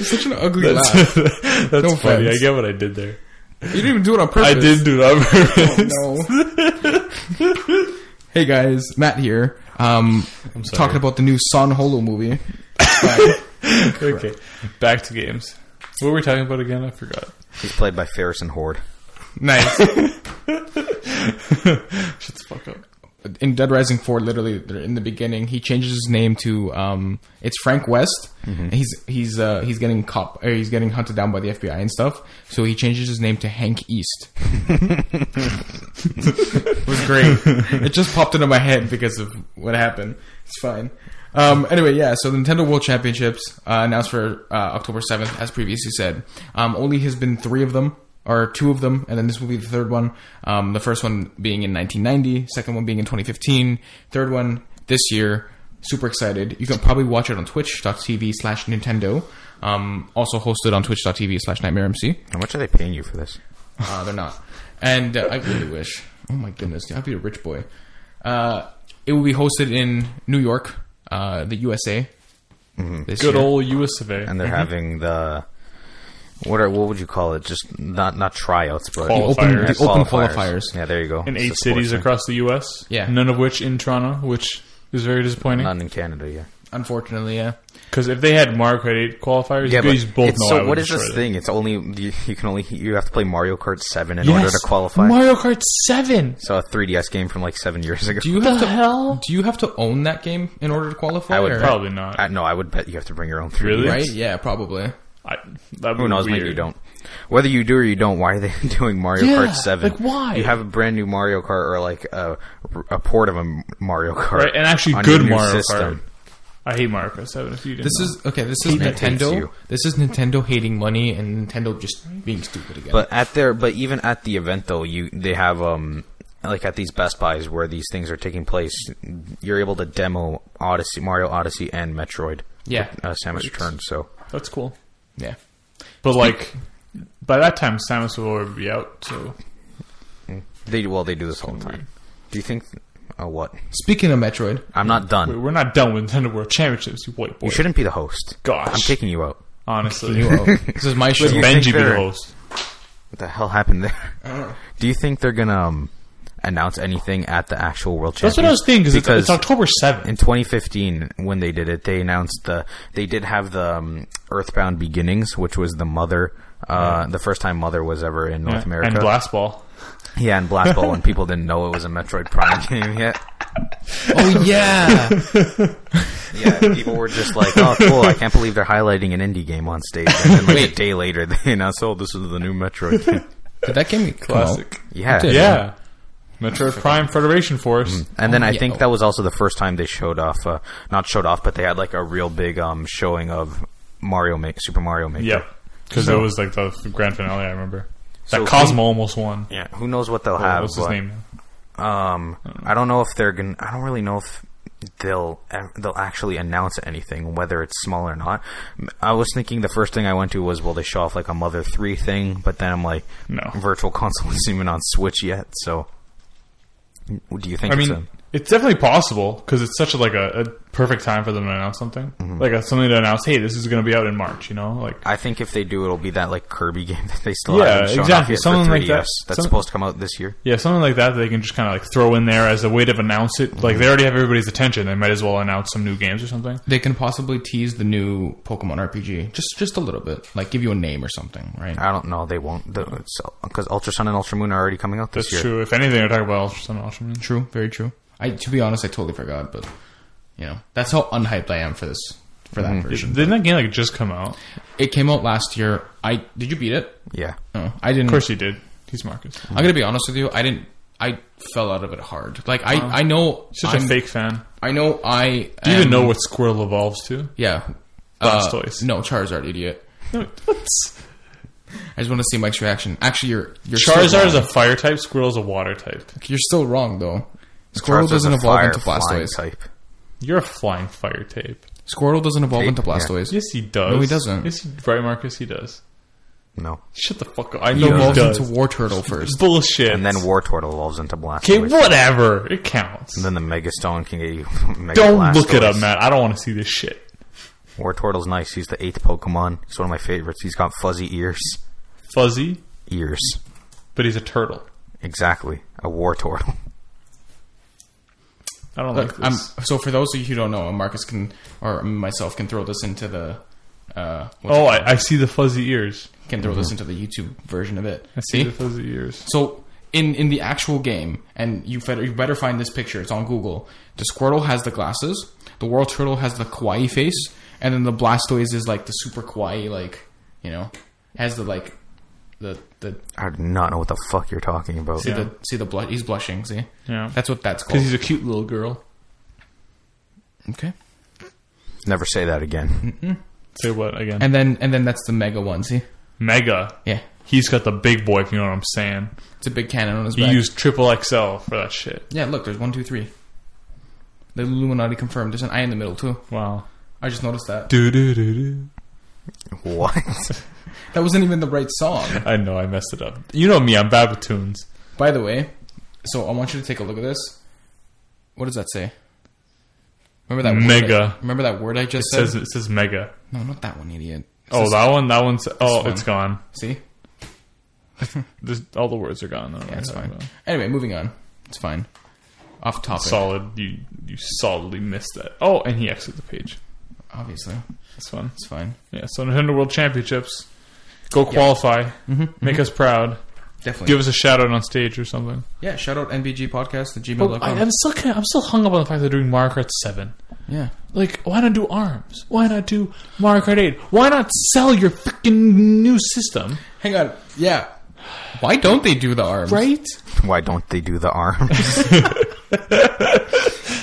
A: It's such an ugly laugh.
B: That's funny.
A: offense.
B: I get what I did there.
A: You didn't even do it on purpose.
B: I did do that.
A: no. hey guys, Matt here. Um,
B: sorry.
A: talking about the new Son Holo movie. Oh,
B: okay. Back to games. What were we talking about again? I forgot.
C: He's played by Harrison Horde.
A: nice.
B: Shut the fuck up.
A: In Dead Rising Four, literally they're in the beginning, he changes his name to um, it's Frank West. And he's he's uh, he's getting cop, or he's getting hunted down by the FBI and stuff. So he changes his name to Hank East. it was great. It just popped into my head because of what happened. It's fine. Um, anyway, yeah. So the Nintendo World Championships uh, announced for uh, October seventh, as previously said. Um, only has been three of them, or two of them, and then this will be the third one. Um, the first one being in 1990, second one being in 2015, third one this year. Super excited! You can probably watch it on Twitch.tv slash Nintendo. Um, also hosted on Twitch.tv slash NightmareMC.
C: How much are they paying you for this?
A: Uh, they're not. And uh, I really wish. Oh my goodness, I'd be a rich boy. Uh, it will be hosted in New York, uh, the USA.
C: Mm-hmm.
A: This
B: Good
A: year.
B: old US of A.
C: And they're
A: Mhm.
C: having the what are what would you call it? Just not not tryouts, but
B: Qual-
A: open, the
B: Qualifiers.
A: open qualifiers.
C: Yeah, there you go.
B: in
C: It's
B: eight
C: a sports
B: cities
C: thing.
B: across the U.S.
A: Yeah.
B: none of which in Toronto, which is very disappointing.
C: None in Canada. Yeah.
A: Unfortunately, yeah.
B: Because if they had Mario Kart eight qualifiers,
C: Yeah,
B: you guys
C: but
B: both
C: it's-
B: know. I
C: so
B: would
C: what is
B: destroy
C: this
B: them.
C: thing? It's only you, you can only you have to play Mario Kart Seven in
B: Yes,
C: order to qualify.
B: Mario Kart seven.
C: so a 3DS game from like seven years ago.
A: Do you
B: The
A: have to?
B: hell?
A: Do you have to own that game in order to qualify?
C: I would
A: or-
B: Probably not.
C: I, no, I would bet you have to bring your own 3DS.
B: Really?
A: Right? Yeah, probably.
B: I, that
C: Who knows? Maybe you don't. Whether you do or you don't, why are they doing Mario
B: Yeah,
C: Kart Seven?
B: like, why?
C: You have a brand new Mario Kart or like a, a port of a M- Mario Kart,
B: Right, and actually
C: on
B: good
C: your new
B: Mario Kart. I hate Mario Kart seven. If you didn't,
A: This is okay. This is
C: that hates
A: Nintendo.
C: you.
A: This is Nintendo hating money and Nintendo just being stupid again.
C: But at their, but even at the event though, you they have um like at these Best Buys where these things are taking place, you're able to demo Odyssey, Mario Odyssey, and Metroid.
A: Yeah.
C: uh, Samus Returns. So
B: That's cool.
A: Yeah.
B: But like, by that time, Samus will already be out. So
C: they well they do this all the time.
B: Mm.
C: Do you think? Oh, what?
A: Speaking of Metroid,
C: I'm not done.
B: Wait, we're not done with Nintendo World Championships. You white boy.
C: You shouldn't be the host.
B: Gosh.
C: I'm kicking you out.
B: honestly.
A: you are- this is my show.
B: Let
C: you
B: Benji
C: think
B: be the
C: they're-
B: host.
C: What the hell happened there? Do you think they're gonna um, announce anything at the actual World
B: That's
C: Championships?
B: what I was thinking because
C: because
B: it's, it's October seventh.
C: in 2015 when they did it, they announced the they did have the um, Earthbound Beginnings, which was the mother. Uh, The first time Mother was ever in North America,
B: and Blast Ball.
C: yeah, and Blast Ball, and people didn't know it was a Metroid Prime game yet.
A: Oh yeah,
C: Yeah, people were just like, "Oh, cool! I can't believe they're highlighting an indie game on stage." And then, like a
A: Wait.
C: day later, they announced, "Oh, this is the new Metroid." game.
A: did that game come out?
C: Yeah,
A: did.
B: Yeah. Metroid Prime Federation Force.
C: And then I
A: yeah.
C: think that was also the first time they showed off, uh, not showed off, but they had like a real big um, showing of Mario Maker, Super Mario Maker.
B: Yep. Because that was like the grand finale. I remember that
C: So
B: Cosmo almost won.
C: Yeah, who knows what they'll
B: Oh,
C: have?
B: what's his
C: but,
B: name?
C: Um,
B: Hmm.
C: I don't know if they're gonna. I don't really know if they'll they'll actually announce anything, whether it's small or not. I was thinking the first thing I went to was, will they show off like a Mother Three thing? But then I'm like,
B: No.
C: Virtual Console isn't even on Switch yet. So, do you think?
B: I
C: it's
B: mean,
C: a-
B: it's definitely possible because it's such a, like a, a perfect time for them to announce something,
C: Mm-hmm.
B: like a, something to announce. Hey, this is going to be out in March. You know, like
C: I think if they do, it'll be that like Kirby game that they still
B: Yeah,
C: haven't shown off
B: exactly.
C: yet
B: Something
C: for
B: like
C: 3DS.
B: that.
C: That's
B: Some-
C: supposed to come out this year.
B: yeah, something like that. They can just kind of like throw in there as a way to announce it.
C: Mm-hmm.
B: Like they already have everybody's attention. They might as well announce some new games or something.
A: They can possibly tease the new Pokemon RPG just just a little bit, like give you a name or something, right?
B: Ah.
C: I don't know. They won't because Ultra Sun and Ultra Moon are already coming out this
B: That's
C: year.
B: true. If anything, they're talking about Ultra Sun and Ultra Moon.
A: True, very true. I to be honest, I totally forgot, but you know that's how unhyped I am for this for that version.
B: Didn't that game like just come out?
A: It came out last year. I did you beat it?
C: Yeah,
A: No, I didn't.
B: Of course you did. He's Marcus.
A: I'm gonna be honest with you. I didn't. I fell out of it hard. Like I, I know.
B: Such
A: I'm-
B: a fake fan.
A: I know. I
B: Do you even
A: am-
B: know what Squirrel evolves to?
A: Yeah. Uh,
B: Blastoise.
A: no, Charizard, idiot.
B: No, what's-
A: I just want to see Mike's reaction. Actually, you're you're still
B: Charizard is
A: wrong.
B: a fire type. Squirrel's a water type.
A: You're still wrong though. Squirrel
C: Charizard's
A: doesn't
C: a
A: evolve
C: fire
A: into
C: flying
A: Blastoise.
C: type.
B: You're a flying fire type.
A: Squirrel doesn't evolve
C: Tape,
A: into
C: yeah.
A: Blastoise.
B: Yes, he does.
A: No, he doesn't.
B: Yes, he, right, Marcus, he does.
C: No,
B: Shut the fuck up. I
A: He
B: know he,
A: evolves
B: does.
A: into War Turtle first.
B: Bullshit.
C: and then Wartortle evolves into Blastoise.
B: okay, whatever. It counts.
C: And then the Mega Stone can get you. Mega
B: Don't look it
C: Blastoise.
B: up, Matt. I don't want to see this shit.
C: Wartortle's nice. He's the eighth Pokemon. He's one of my favorites. He's got fuzzy ears.
B: Fuzzy,
C: Ears,
B: but he's a turtle.
C: exactly. A Wartortle.
B: I don't
A: Look,
B: like
A: I'm,
B: this.
A: so for those of you who don't know, Marcus can or myself can throw this into the. Uh, what's
B: oh,
A: it-
B: I, I see the fuzzy ears.
A: can throw this into
C: Mm-hmm.
A: the YouTube version of it.
B: I see, the fuzzy ears.
A: So in in the actual game, and you better, you better find this picture. It's on Google. The Squirtle has the glasses. The World Turtle has the kawaii face, and then the Blastoise is like the super kawaii, like you know, has the like the the
C: I do not know what the fuck you're talking about.
A: see
B: Yeah.
A: the see the blush. He's blushing. See,
B: Yeah.
A: that's what that's
B: Because
A: called.
B: he's a cute little girl.
A: Okay,
C: Never say that again.
B: Say what again?
A: and then and then that's the mega one. See,
B: Mega.
A: yeah,
B: He's got the big boy, if you know what I'm saying.
A: it's a big cannon on his
B: He
A: back.
B: used triple XL for that shit.
A: yeah, look, there's one, two, three. The Illuminati confirmed. There's an eye in the middle too.
B: Wow.
A: I just noticed that.
B: Do do do do.
C: what?
A: That wasn't even the right song.
B: I know I messed it up. You know me, I'm bad with tunes.
A: By the way, so I want you to take a look at this. What does that say? Remember that Word
B: Mega.
A: I- remember that word I just
B: It
A: said?
B: says it says mega.
A: no, not that one, idiot. It
B: Oh,
A: says-
B: that one. That one's. Oh,
A: one.
B: it's gone.
A: see,
B: This, all the words are gone. Though, yeah,
A: that's fine. Anyway, moving on. It's fine. Off topic,
B: Solid. You you solidly missed that. Oh, and he exited the page.
A: obviously.
B: That's fun.
A: It's fine.
B: Yeah. So Nintendo World Championships. Go qualify. Make us proud.
A: Definitely.
B: Give us a shout out on stage or something.
A: yeah, shout out NBG podcast at
B: But Oh, I,
A: gmail.com.
B: I'm still kind of- I'm still hung up on the fact they're doing Mario Kart Seven.
A: yeah.
B: Like, why not do ARMS? Why not do Mario Kart Eight? Why not sell your freaking new system?
A: Hang on. Yeah. Why don't they do the arms?
B: Right?
C: Why don't they do the arms?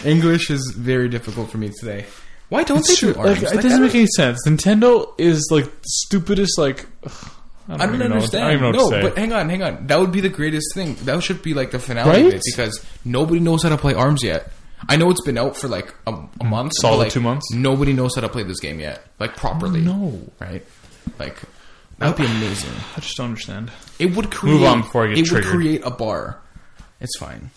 A: English is very difficult for me today. Why don't they do arms?
B: Like,
A: Like,
B: it doesn't
A: I
B: make any sense. Nintendo is like the stupidest. Like, ugh,
A: I don't
B: even know what-
A: understand.
B: I don't even know
A: no,
B: what to say.
A: but hang on, hang on. That would be the greatest thing. That should be like the finale of
B: Right?
A: it because nobody knows how to play arms yet. I know it's been out for like a, a month, but,
B: Solid
A: like,
B: two months?
A: Nobody knows how to play this game yet, like properly.
B: No.
A: right? Like that would be amazing.
B: I just don't understand.
A: It would create.
B: on before I get
A: it would
B: triggered.
A: create a bar. It's fine.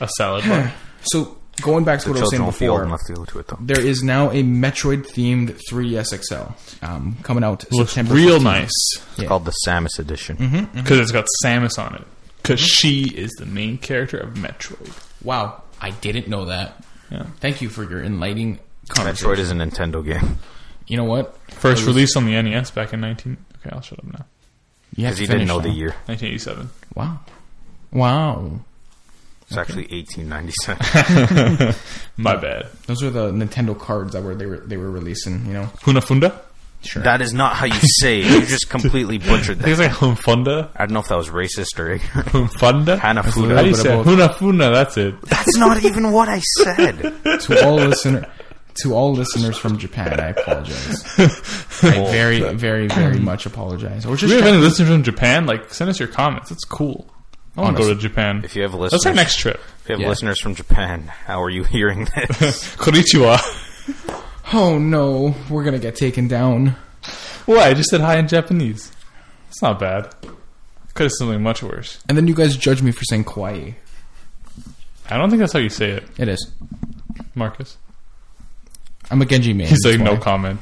B: A salad bar.
A: So going back to what I was
C: Children
A: saying
C: will feel
A: before,
C: enough to go to it though.
A: there is now a E Metroid themed 3DS XL um, coming out
B: Looks
A: September.
B: real
A: 15th.
B: nice.
C: It's called the Samus edition.
A: Mm-hmm.
B: because it's got Samus on it. Because she is the main character of Metroid.
A: Wow, I didn't know that.
B: Yeah.
A: Thank you for your enlightening conversation.
C: Metroid is a Nintendo game
A: You know what?
B: First released on the NES back in 19. Okay, I'll shut up now.
A: You have
C: because
A: to
C: he didn't
A: finish
C: know the
A: now.
C: year.
B: 1987.
A: Wow, wow.
C: It's actually 1897.
B: My bad.
A: Those are the Nintendo cards that were they were they were releasing. You know,
B: Hunafunda?
A: sure.
C: that is not how you say. it. You just completely butchered
B: I
C: that.
B: think it's like Humfunda.
C: I don't know if that was racist or ignorant.
B: Humfunda? How do
C: Hanafuda.
B: you say it? Hunafunda, that's it.
C: That's not even what I said.
A: to all listener, to all listeners from Japan, I apologize. I very, very, very much apologize. Or
B: Do
A: just
B: we have any listeners from Japan? Like, send us your comments. That's cool. I want to go
A: Honest.
B: to Japan.
C: If you have listeners,
B: That's our next trip.
C: if you have
A: Yeah.
C: listeners from Japan, how are you hearing this?
B: Konnichiwa.
A: oh no, we're gonna get taken down.
B: Why? I just said hi in Japanese. It's not bad. Could have something much worse.
A: And then you guys judge me for saying kawaii.
B: I don't think that's how you say it,
A: It is.
B: Marcus.
A: I'm a Genji man.
B: He's like,
A: that's
B: no
A: why.
B: comment.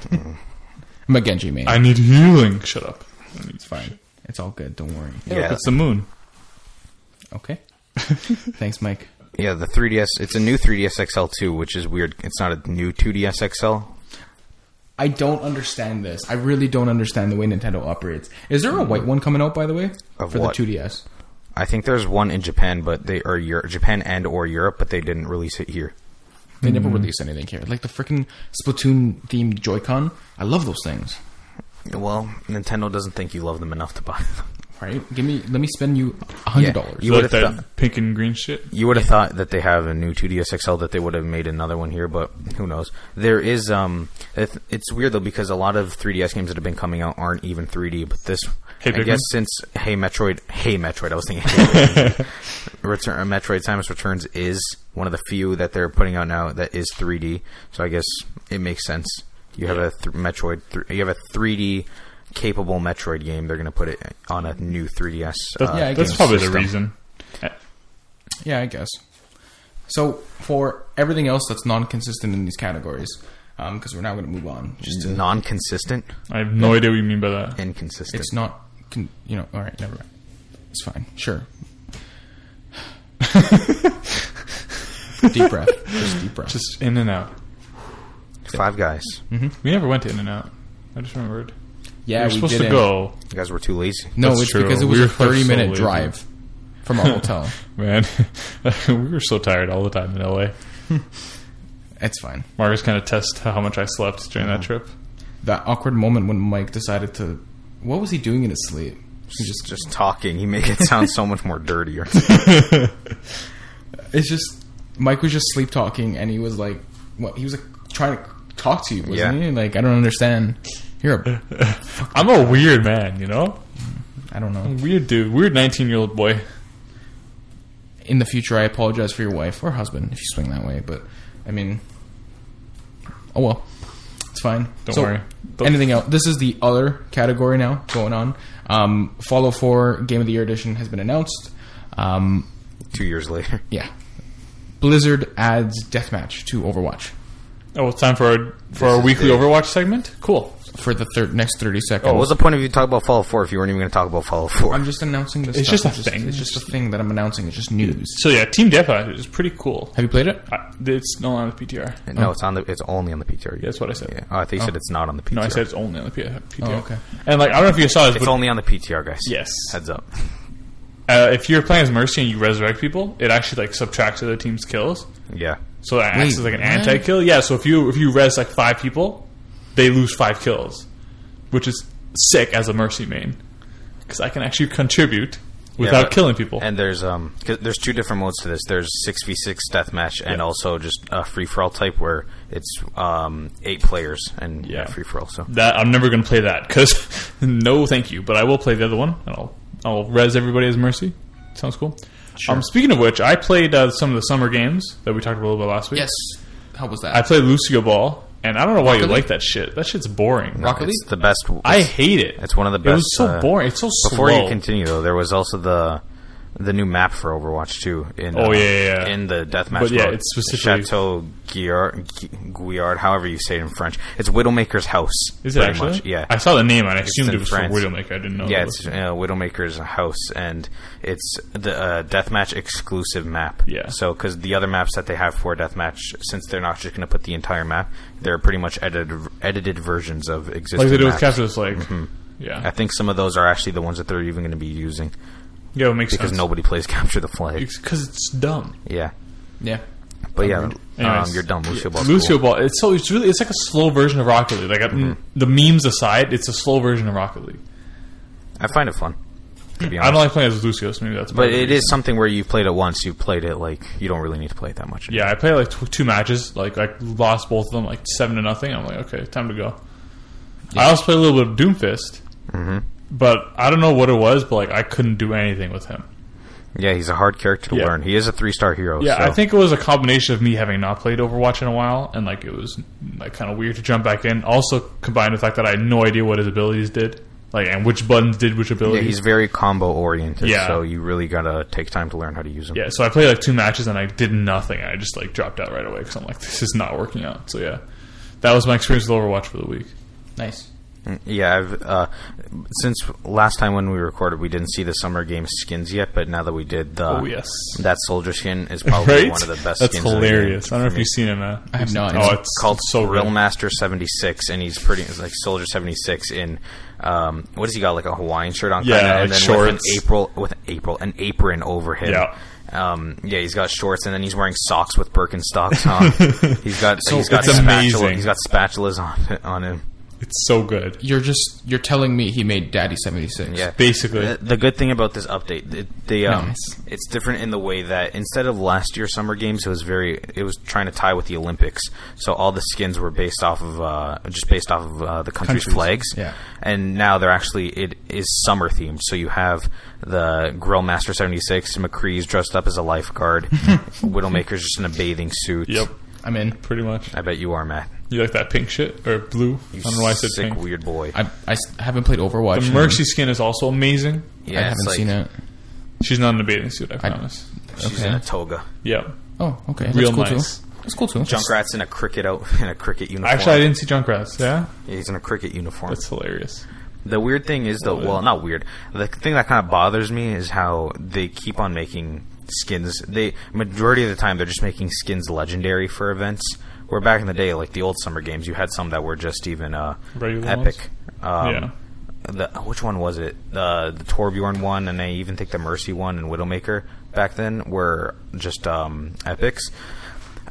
A: I'm a Genji man.
B: I need healing. Shut up. It's
A: Fine. It's all good. Don't worry.
C: Yeah.
B: It's the moon.
A: Okay. Thanks, Mike.
C: yeah, the 3DS. It's a new 3DS XL too, which is weird. It's not a new 2DS XL.
A: I don't understand this. I really don't understand the way Nintendo operates. Is there a white one coming out, by the way,
C: Of
A: for
C: what?
A: the 2DS?
C: I think there's one in Japan, but they or Europe, Japan and or Europe, but they didn't release it here.
A: They
B: Mm.
A: never release anything here. Like the freaking Splatoon themed Joy-Con. I love those things.
C: Well, Nintendo doesn't think you love them enough to buy them.
A: Right? Give me. Let me spend you a hundred dollars.
C: You
B: Is
C: would've
B: that that
C: thought-
B: pink and green shit?
C: You would have thought that they have a new 2DS XL that they would have made another one here, but who knows? There is um, it- it's weird though because a lot of 3DS games that have been coming out aren't even 3D, but this
B: Hey,
C: I
B: Pikmin?
C: guess since Hey Metroid, Hey Metroid, I was thinking hey, Return uh, Metroid Samus Returns is one of the few that they're putting out now that is 3D, so I guess it makes sense. You have a th- Metroid, th- you have a 3D capable Metroid game. They're going to put it on a new 3DS.
B: That,
A: yeah, I
B: that's
A: guess.
B: probably the
C: uh, system.
B: reason. Uh,
A: Yeah, I guess. So for everything else that's non-consistent in these categories, because we're now going to move on. Just
B: Mm-hmm.
A: to,
C: non-consistent,
B: I have no idea what you mean by that.
C: inconsistent.
A: it's not. Con- you know. All right. Never mind. It's fine. Sure. deep breath. Just deep breath.
B: Just In and Out.
C: Five Guys. You
B: We never went to In and Out. I just remembered.
A: yeah,
B: we were
A: we
B: supposed to
A: didn't.
B: go,
C: guys were too lazy.
A: No,
B: That's
A: it's
B: true.
A: because it
B: We
A: was
B: were
A: a thirty-minute
B: so lazy.
A: drive from our hotel.
B: man. we were so tired all the time in LA.
A: It's fine.
B: Marcus kind of test how much I slept during that trip.
A: That awkward moment when Mike decided to. What was he doing in his sleep? He just
C: Just just talking, you make it sound so much more dirtier.
A: It's just Mike was just sleep talking, and he was like, "What?" He was like trying to talk to you, wasn't
C: Yeah.
A: he? Like, I don't understand. You're a,
B: I'm a weird man, you know?
A: I don't know.
B: Weird dude. Weird 19 year old boy.
A: In the future, I apologize for your wife or husband if you swing that way. But I mean, oh well, it's fine.
B: Don't worry. Don't-
A: Anything else? This is the other category now going on. Um, Follow Four Game of the Year edition has been announced. Um,
C: Two years later,
A: yeah, Blizzard adds deathmatch to Overwatch
B: Oh, it's time for our, for our
C: is
B: weekly
C: the-
B: Overwatch segment? Cool.
A: for the thir- next thirty seconds.
B: Oh,
C: what was the point of you talking about Fallout Four if you weren't even going to talk about Fallout Four?
A: I'm just announcing this.
B: It's
A: stuff.
B: just a thing.
A: It's just a thing that I'm announcing. It's just news.
B: So, yeah, Team Deathmatch is pretty cool.
A: Have you played it?
B: I, it's no longer the PTR.
C: No, it's on the. It's only on the PTR.
B: Oh. That's what I said.
C: Yeah. Oh, I think you said it's not on the PTR.
B: No, I said it's only on the P- PTR.
A: Oh, okay.
B: And like, I don't know if you saw this,
C: it's
B: but
C: only on the PTR, guys.
B: Yes.
C: Heads up.
B: uh, if you're playing as Mercy and you resurrect people, it actually like subtracts other team's kills,
C: Yeah.
B: so that acts
A: Wait,
B: as like an
A: what?
B: anti-kill. Yeah. So if you if you res like five people, they lose five kills, which is sick as a Mercy main because I can actually contribute without
C: but-
B: killing people.
C: And there's um, 'cause there's two different modes to this. There's six v six deathmatch, and also just a free for all type where it's um eight players and
B: Yeah.
C: yeah, free for all. So
B: that I'm never going to play that because no, thank you. But I will play the other one, and I'll I'll res everybody as mercy. Sounds cool. Um, speaking of which, I played uh, some of the summer games that we talked a little bit last week.
A: Yes. How was that?
B: I played Lucio Ball, and I don't know why you
A: Rocket
B: like that shit. That shit's boring.
A: Rocket League?
C: it's the best.
B: I hate it.
C: It's one of the
B: It
C: best.
B: was so
C: uh,
B: boring. It's so
C: Before
B: slow.
C: you continue, though, there was also the the new map for Overwatch 2. In, uh,
B: Oh, yeah, yeah, yeah.
C: in the deathmatch.
B: But, yeah,
C: mode.
B: it's specifically-
C: Chateau Guillard, Gu- Guillard, however you say it in French. It's Widowmaker's house.
B: Is it
C: pretty
B: actually?
C: Much. Yeah,
B: I saw the name and I assumed
C: in
B: it was for
C: France.
B: Widowmaker. I didn't know.
C: yeah.
B: it was-
C: It's uh, Widowmaker's house, and it's the uh, deathmatch exclusive map.
B: Yeah.
C: So because the other maps that they have for deathmatch, since they're not just going to put the entire map, they're pretty much edited edited versions of existing.
B: like they do with
C: maps.
B: Capture the Flag.
C: Mm-hmm.
B: Yeah.
C: I think some of those are actually the ones that they're even going to be using
B: Yeah, it makes
C: because
B: sense.
C: nobody plays Capture the Flag.
B: Because it's dumb.
C: Yeah.
A: yeah.
C: But yeah, um,
B: Anyways.
C: you're dumb. Lucio Ball's
B: Lucio
C: cool. Mm-hmm.
B: Ball. It's so it's really it's like a slow version of Rocket League. Like uh, the memes aside, it's a slow version of Rocket League.
C: I find it fun. To be
B: I don't
C: honest.
B: like playing as Lucio, so maybe that's.
C: But
B: part of
C: it
B: the
C: is
B: reason.
C: something where you've played it once, you've played it like you don't really need to play it that much.
B: Yeah, I played like tw- two matches. Like I lost both of them, like seven to nothing. I'm like, okay, time to go. I also played a little bit of Doomfist,
C: Mm-hmm.
B: but I don't know what it was. But like, I couldn't do anything with him.
C: Yeah, he's a hard character to
B: Yeah.
C: learn. He is a three star hero.
B: Yeah,
C: so.
B: I think it was a combination of me having not played Overwatch in a while, and like it was like kind of weird to jump back in. Also combined with the fact that I had no idea what his abilities did, like and which buttons did which
C: Yeah,
B: abilities.
C: he's very combo oriented.
B: Yeah.
C: So you really gotta take time to learn how to use him.
B: Yeah, so I played like two matches and I did nothing. I just like dropped out right away because I'm like, this is not working out. So yeah, that was my experience with Overwatch for the week.
A: Nice.
C: Yeah, I've, uh, since last time when we recorded, we didn't see the summer game skins yet, but now that we did, the,
B: Oh, yes.
C: that soldier skin is Uh, probably
B: right?
C: one of the best.
B: That's
C: skins of the game
B: hilarious. I don't know
C: for
B: if
C: me.
B: you've seen it, man.
A: I have not.
B: Oh, it's
C: called
B: so
C: Real
B: real.
C: Master seventy six, and he's pretty it's like Soldier seventy six in um, what does he got like a Hawaiian shirt on,
B: Yeah,
C: kinda,
B: like
C: and then
B: shorts.
C: with an April with an April an apron over him.
B: Yeah.
C: Um, yeah, he's got shorts, and then he's wearing socks with Birkenstocks on. he's got he's got
B: it's
C: spatula.
B: amazing.
C: He's got spatulas on on him.
B: It's so good.
A: You're just you're telling me he made Daddy 76.
C: Yeah,
B: Basically.
C: The, the good thing about this update, the, the um,
A: Nice.
C: it's different in the way that instead of last year's summer games, it was very, it was trying to tie with the Olympics. So all the skins were based off of, uh, just based off of uh, the country's
B: Countries.
C: flags.
A: Yeah.
C: And now they're actually it is summer themed. So you have the Grill Master seventy six, McCree's dressed up as a lifeguard, Widowmaker's just in a bathing suit.
B: Yep.
A: I'm in.
B: Pretty much.
C: I bet you are, Matt.
B: You like that pink shit or blue? I
C: You
B: don't know why I said
C: sick
B: pink.
C: weird boy.
A: I, I s- haven't played Overwatch.
B: The
A: and
B: Mercy skin is also amazing.
A: I
C: yeah,
A: haven't
C: it's like
A: seen it.
B: She's not in a bathing suit. I promise.
C: She's in a toga.
B: Yep.
A: Oh, okay.
B: Real
A: That's cool
B: nice.
A: too. That's cool too.
C: Junkrat's in a cricket out in a cricket uniform.
B: Actually, I didn't see Junkrat's. Yeah,
C: He's in a cricket uniform.
B: that's hilarious.
C: The weird thing is, though, well, not weird. The thing that kind of bothers me is how they keep on making skins. They majority of the time they're just making skins legendary for events. Where back in the day, like the old summer games, you had some that were just even uh,
B: Regular
C: epic. Um,
B: yeah.
C: The, which one was it? The the Torbjorn one, and I even think the Mercy one and Widowmaker back then were just um, epics.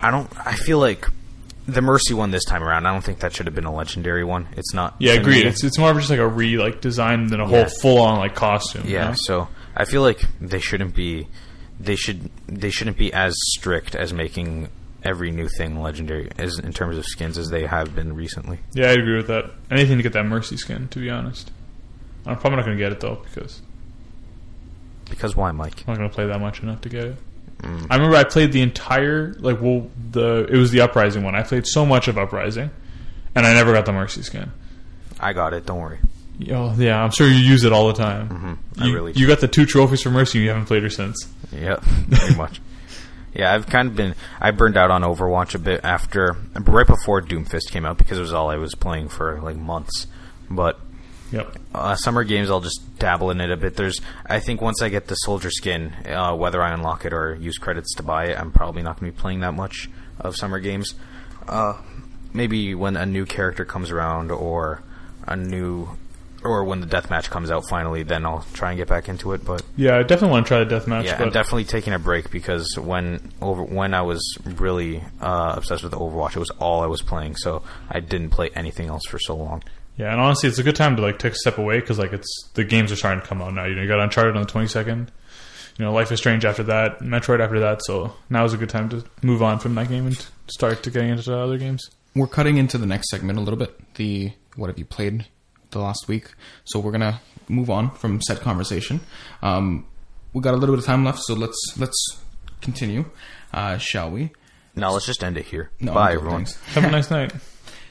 C: I don't. I feel like the Mercy one this time around. I don't think that should have been a legendary one. It's not.
B: Yeah,
C: to
B: agreed.
C: me.
B: It's it's more of just like a re like design than a whole
C: Yeah.
B: full on like costume. you
C: Yeah,
B: know?
C: so I feel like they shouldn't be they should they shouldn't be as strict as making every new thing legendary as in terms of skins as they have been recently.
B: yeah, I agree with that. Anything to get that mercy skin, to be honest. I'm probably not gonna get it though because
C: Because why, Mike?
B: I'm not gonna play that much enough to get it.
C: Mm.
B: I remember I played the entire like well the it was the uprising one. I played so much of uprising, and I never got the mercy skin.
C: I got it. Don't worry.
B: Oh yeah, I'm sure you use it all the time. Mm-hmm.
C: I
B: You,
C: really
B: you got the two trophies for mercy. You haven't played her since.
C: Yeah, pretty much. Yeah, I've kind of been I burned out on Overwatch a bit after right before Doomfist came out because it was all I was playing for like months. But
B: Yep.
C: uh, summer games I'll just dabble in it a bit. There's I think once I get the soldier skin, uh, whether I unlock it or use credits to buy it, I'm probably not going to be playing that much of summer games. Uh, maybe when a new character comes around or a new or when the deathmatch comes out finally, then I'll try and get back into it. But
B: Yeah, I definitely want to try the deathmatch.
C: yeah,
B: but
C: I'm definitely taking a break because when over when I was really uh, obsessed with Overwatch, it was all I was playing, so I didn't play anything else for so long.
B: Yeah, and honestly, it's a good time to like take a step away because like it's the games are starting to come out now. You know, you got Uncharted on the twenty second. You know, Life is Strange after that, Metroid after that. So now is a good time to move on from that game and start to getting into other games.
A: We're cutting into the next segment a little bit. The what have you played the last week? So we're gonna move on from said conversation. Um, we got a little bit of time left, so let's let's continue, uh, shall we?
C: No, let's just end it here.
A: No, I'm
C: Bye,
A: good,
C: everyone.
A: thanks.
B: Have a nice night.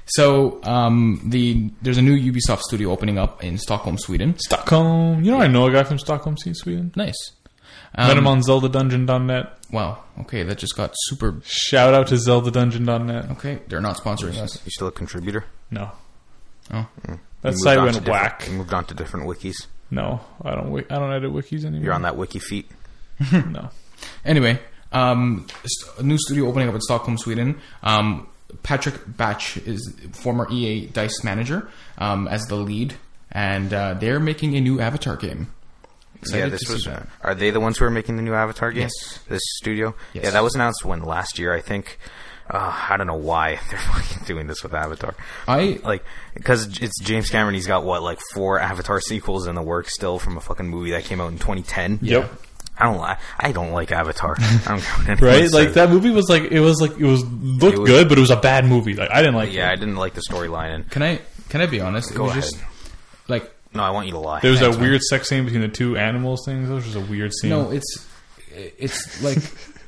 A: So um, the there's a new Ubisoft studio opening up in Stockholm, Sweden.
B: Stockholm. You know, I know a guy from Stockholm, see Sweden.
A: Nice. Um,
B: Met
C: Um,
B: him on ZeldaDungeon.net.
A: Wow. Okay, that just got super.
B: Shout out to ZeldaDungeon.net.
A: Okay, they're not sponsoring us.
C: You still a contributor?
B: No,
A: Oh,
B: that
C: You Mm. moved
B: site
C: on to
B: went
C: different-
B: whack.
C: You moved on to different wikis.
B: No, I don't. wi- I don't edit wikis anymore.
C: You're on that wiki feet.
B: No.
A: Anyway, um, st- a new studio opening up in Stockholm, Sweden. Um, Patrick Batch is former EA Dice manager um, as the lead, and uh, they're making a new Avatar game. Excited
C: yeah, this
A: to
C: was. uh,
A: see that.
C: Are they the ones who are making the new Avatar game?
A: Yes.
C: This studio.
A: Yes.
C: Yeah, that was announced when last year, I think. Uh, I don't know why they're fucking doing this with Avatar.
A: I
C: Like, because it's James Cameron. He's got what, like, four Avatar sequels in the works still from a fucking movie that came out in 2010.
B: Yep.
C: I don't. li- I don't like Avatar. I don't care what anyone
B: Right? Like
C: says.
B: that movie was like it was like it was looked
C: It was-
B: good, but it was a bad movie. Like I didn't like
C: Yeah,
B: it.
C: I didn't like the storyline, and
A: can I can I be honest? it
C: Go
A: was
C: ahead.
A: just like
C: no, I want you to lie.
B: There was
A: Thanks,
B: that
A: man.
B: weird sex scene between the two animals things. That was just a weird scene.
A: No, it's it's like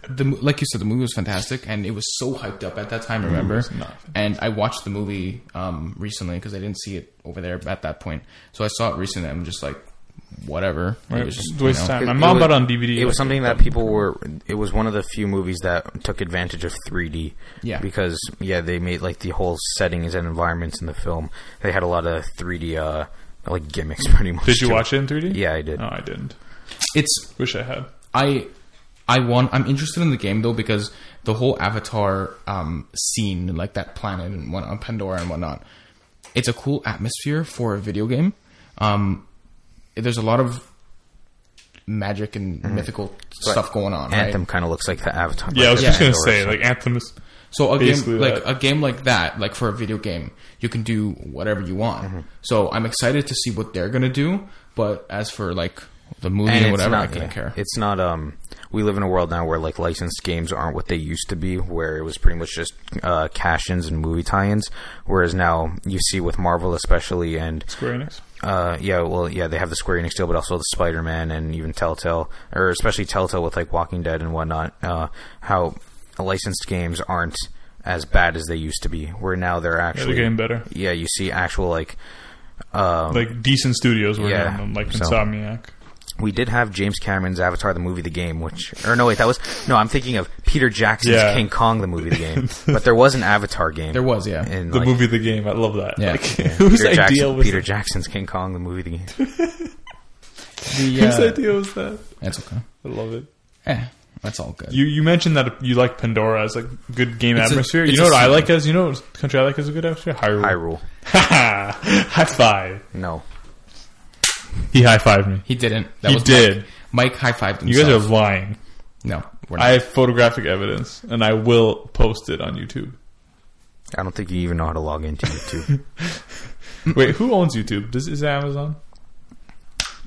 A: the mo- like you said, the movie was fantastic, and it was so hyped up at that time. Remember,
B: was not
A: and I watched the movie um, recently because I didn't see it over there at that point. So I saw it recently. and I'm just like, whatever.
B: Right?
A: It was just
B: It's a
A: you
B: waste
A: know.
B: of time. My
C: It-
B: mom
C: it
B: bought
C: was-
B: it on DVD.
C: It was
B: like,
C: something that people were. It was one of the few movies that took advantage of 3D.
A: Yeah.
C: Because yeah, they made like the whole settings and environments in the film. They had a lot of 3D uh like gimmicks pretty much.
B: Did you
C: to
B: watch it in 3D?
C: Yeah, I did.
B: No, I didn't.
A: It's
B: Wish I had.
A: I I want I'm interested in the game though because the whole Avatar um, scene, like that planet and one on Pandora and whatnot, it's a cool atmosphere for a video game. Um, there's a lot of magic and mythical stuff going on. right?
C: Mm-hmm. Anthem kind of looks like the Avatar.
B: Yeah, I was
C: like
B: just
C: the
B: gonna
C: Pandora
B: say
C: song.
B: like Anthem is.
A: So a
B: Basically
A: game like
B: that.
A: a game like that, like for a video game, you can do whatever you want.
C: Mm-hmm.
A: So I'm excited to see what they're gonna do. But as for like the movie
C: and
A: or
C: it's
A: whatever,
C: not,
A: I couldn't
C: yeah,
A: care.
C: It's not. Um, we live in a world now where like licensed games aren't what they used to be, where it was pretty much just uh, cash-ins and movie tie-ins. Whereas now you see with Marvel, especially, and
B: Square Enix.
C: uh, yeah, well, yeah, they have the Square Enix deal, but also the Spider Man and even Telltale, or especially Telltale with like Walking Dead and whatnot. Uh, how licensed games aren't as bad as they used to be. Where now they're
B: They're
C: actually,
B: getting better.
C: yeah, you see actual like.
B: like decent studios were
C: Um, yeah,
B: doing them, like
C: so-
B: Insomniac.
C: We did have James Cameron's Avatar the movie, the game, which or no, wait, that was no. I'm thinking of Peter Jackson's
B: Yeah.
C: King Kong the movie, the game. but there was an Avatar game.
A: There was, yeah.
C: And,
B: The
C: like,
B: movie, the game. I love that.
A: Yeah.
B: Like,
A: Yeah.
B: whose
C: Peter,
B: idea
C: Jackson,
B: was
C: Peter Jackson's King Kong the movie, the game.
A: The,
B: that? Whose
A: uh,
B: idea was that?
A: that's okay.
B: I love it.
A: Eh, that's all good.
B: You you mentioned that you like Pandora as like good game
A: It's a-
B: atmosphere. you
A: it's
B: know
A: a
B: what I
A: scene.
B: like as you know what country I like as a good atmosphere. Hyrule.
C: Hyrule.
B: high five.
C: No.
B: He high fived me.
A: he didn't. That
B: He
A: was
B: did.
A: Mike, Mike high fived himself.
B: You guys are lying.
A: no. We're not.
B: I have photographic evidence, and I will post it on YouTube.
C: I don't think you even know how to log into YouTube.
B: Wait, who owns YouTube? Does is it Amazon?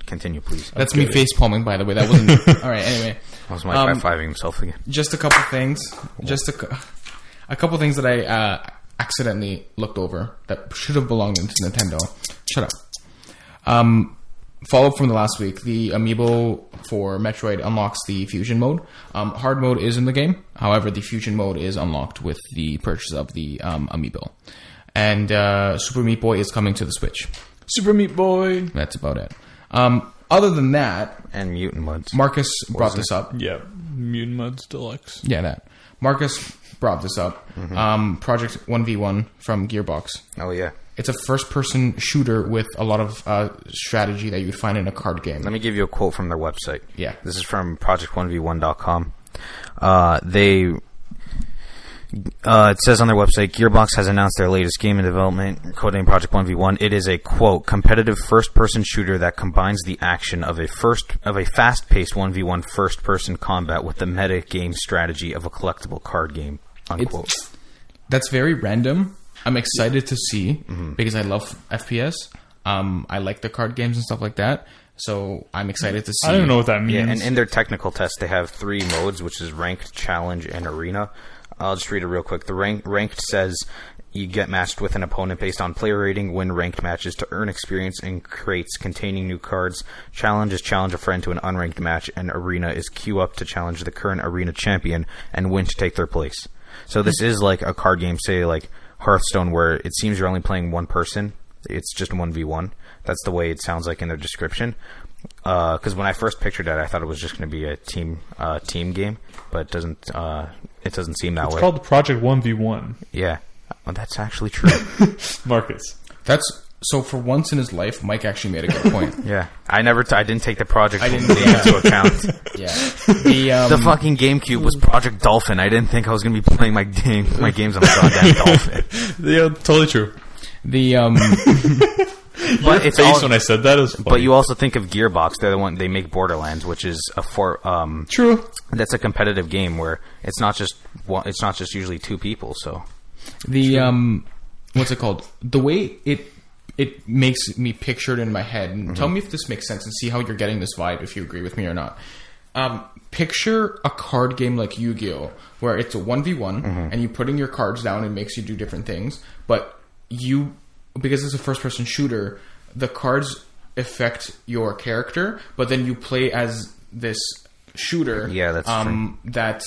C: Continue, please.
A: that's me
B: good.
A: face palming. By the way, that wasn't. all right. Anyway,
C: That was my
A: Um,
C: high fiving himself again.
A: just a couple things. Just a, cou- a couple things that I uh, accidentally looked over that should have belonged into Nintendo. Shut up. Um, follow up from the last week, the amiibo for Metroid unlocks the fusion mode. Um, hard mode is in the game, however, the fusion mode is unlocked with the purchase of the um, amiibo. And uh, Super Meat Boy is coming to the Switch.
B: Super Meat Boy.
A: That's about it. Um, other than that,
C: And Mutant Muds.
A: Marcus brought this up.
B: Yeah, Mutant Muds Deluxe.
A: Yeah, that. Marcus brought this up.
C: Mm-hmm.
A: Um, Project 1v1 from Gearbox.
C: oh yeah.
A: It's a first person shooter with a lot of uh, strategy that you'd find in a card game.
C: Let me give you a quote from their website.
A: Yeah.
C: This is from project1v1.com. Uh, they uh, it says on their website, Gearbox has announced their latest game in development, codename Project 1v1. It is a quote competitive first-person shooter that combines the action of a first of a fast-paced 1v1 first-person combat with the meta game strategy of a collectible card game. Unquote.
A: That's very random, I'm excited to see
C: Mm-hmm.
A: because I love FPS. Um, I like the card games and stuff like that. So I'm excited to see.
B: I don't know what that means.
C: Yeah, and in their technical test, they have three modes, which is ranked, challenge, and arena. I'll just read it real quick. The rank, ranked says you get matched with an opponent based on player rating, win ranked matches to earn experience and crates containing new cards. Challenge is challenge a friend to an unranked match, and arena is queue up to challenge the current arena champion and win to take their place. So this is like a card game, say like Hearthstone, where it seems you're only playing one person. It's just one v one. That's the way it sounds like in their description because when I first pictured it, I thought it was just going to be a team uh, team game, but it doesn't uh, it doesn't seem that
B: it's
C: way.
B: called Project One V One.
C: yeah, well, that's actually true.
B: Marcus,
A: That's so for once in his life, Mike actually made a good point.
C: yeah, I never t- I didn't take the project
A: didn't-
C: name into account.
A: yeah. The, um,
C: The fucking GameCube was Project Dolphin. I didn't think I was going to be playing my game my games on a goddamn dolphin.
B: yeah, totally true.
A: the um,
C: But it's
B: Face
C: all,
B: when I said that is,
C: but
B: funny.
C: you also think of Gearbox. They're the one they make Borderlands, which is a for um
B: true.
C: that's a competitive game where it's not just one, it's not just usually two people. So
A: the um, what's it called? The way it it makes me picture it in my head. And
C: Mm-hmm.
A: tell me if this makes sense, and see how you're getting this vibe. If you agree with me or not. Um, picture a card game like Yu-Gi-Oh, where it's a one v one,
C: Mm-hmm.
A: and you putting your cards down. It makes you do different things, but you because it's a first person shooter, the cards affect your character, but then you play as this shooter.
C: Yeah, that's true.
A: um, that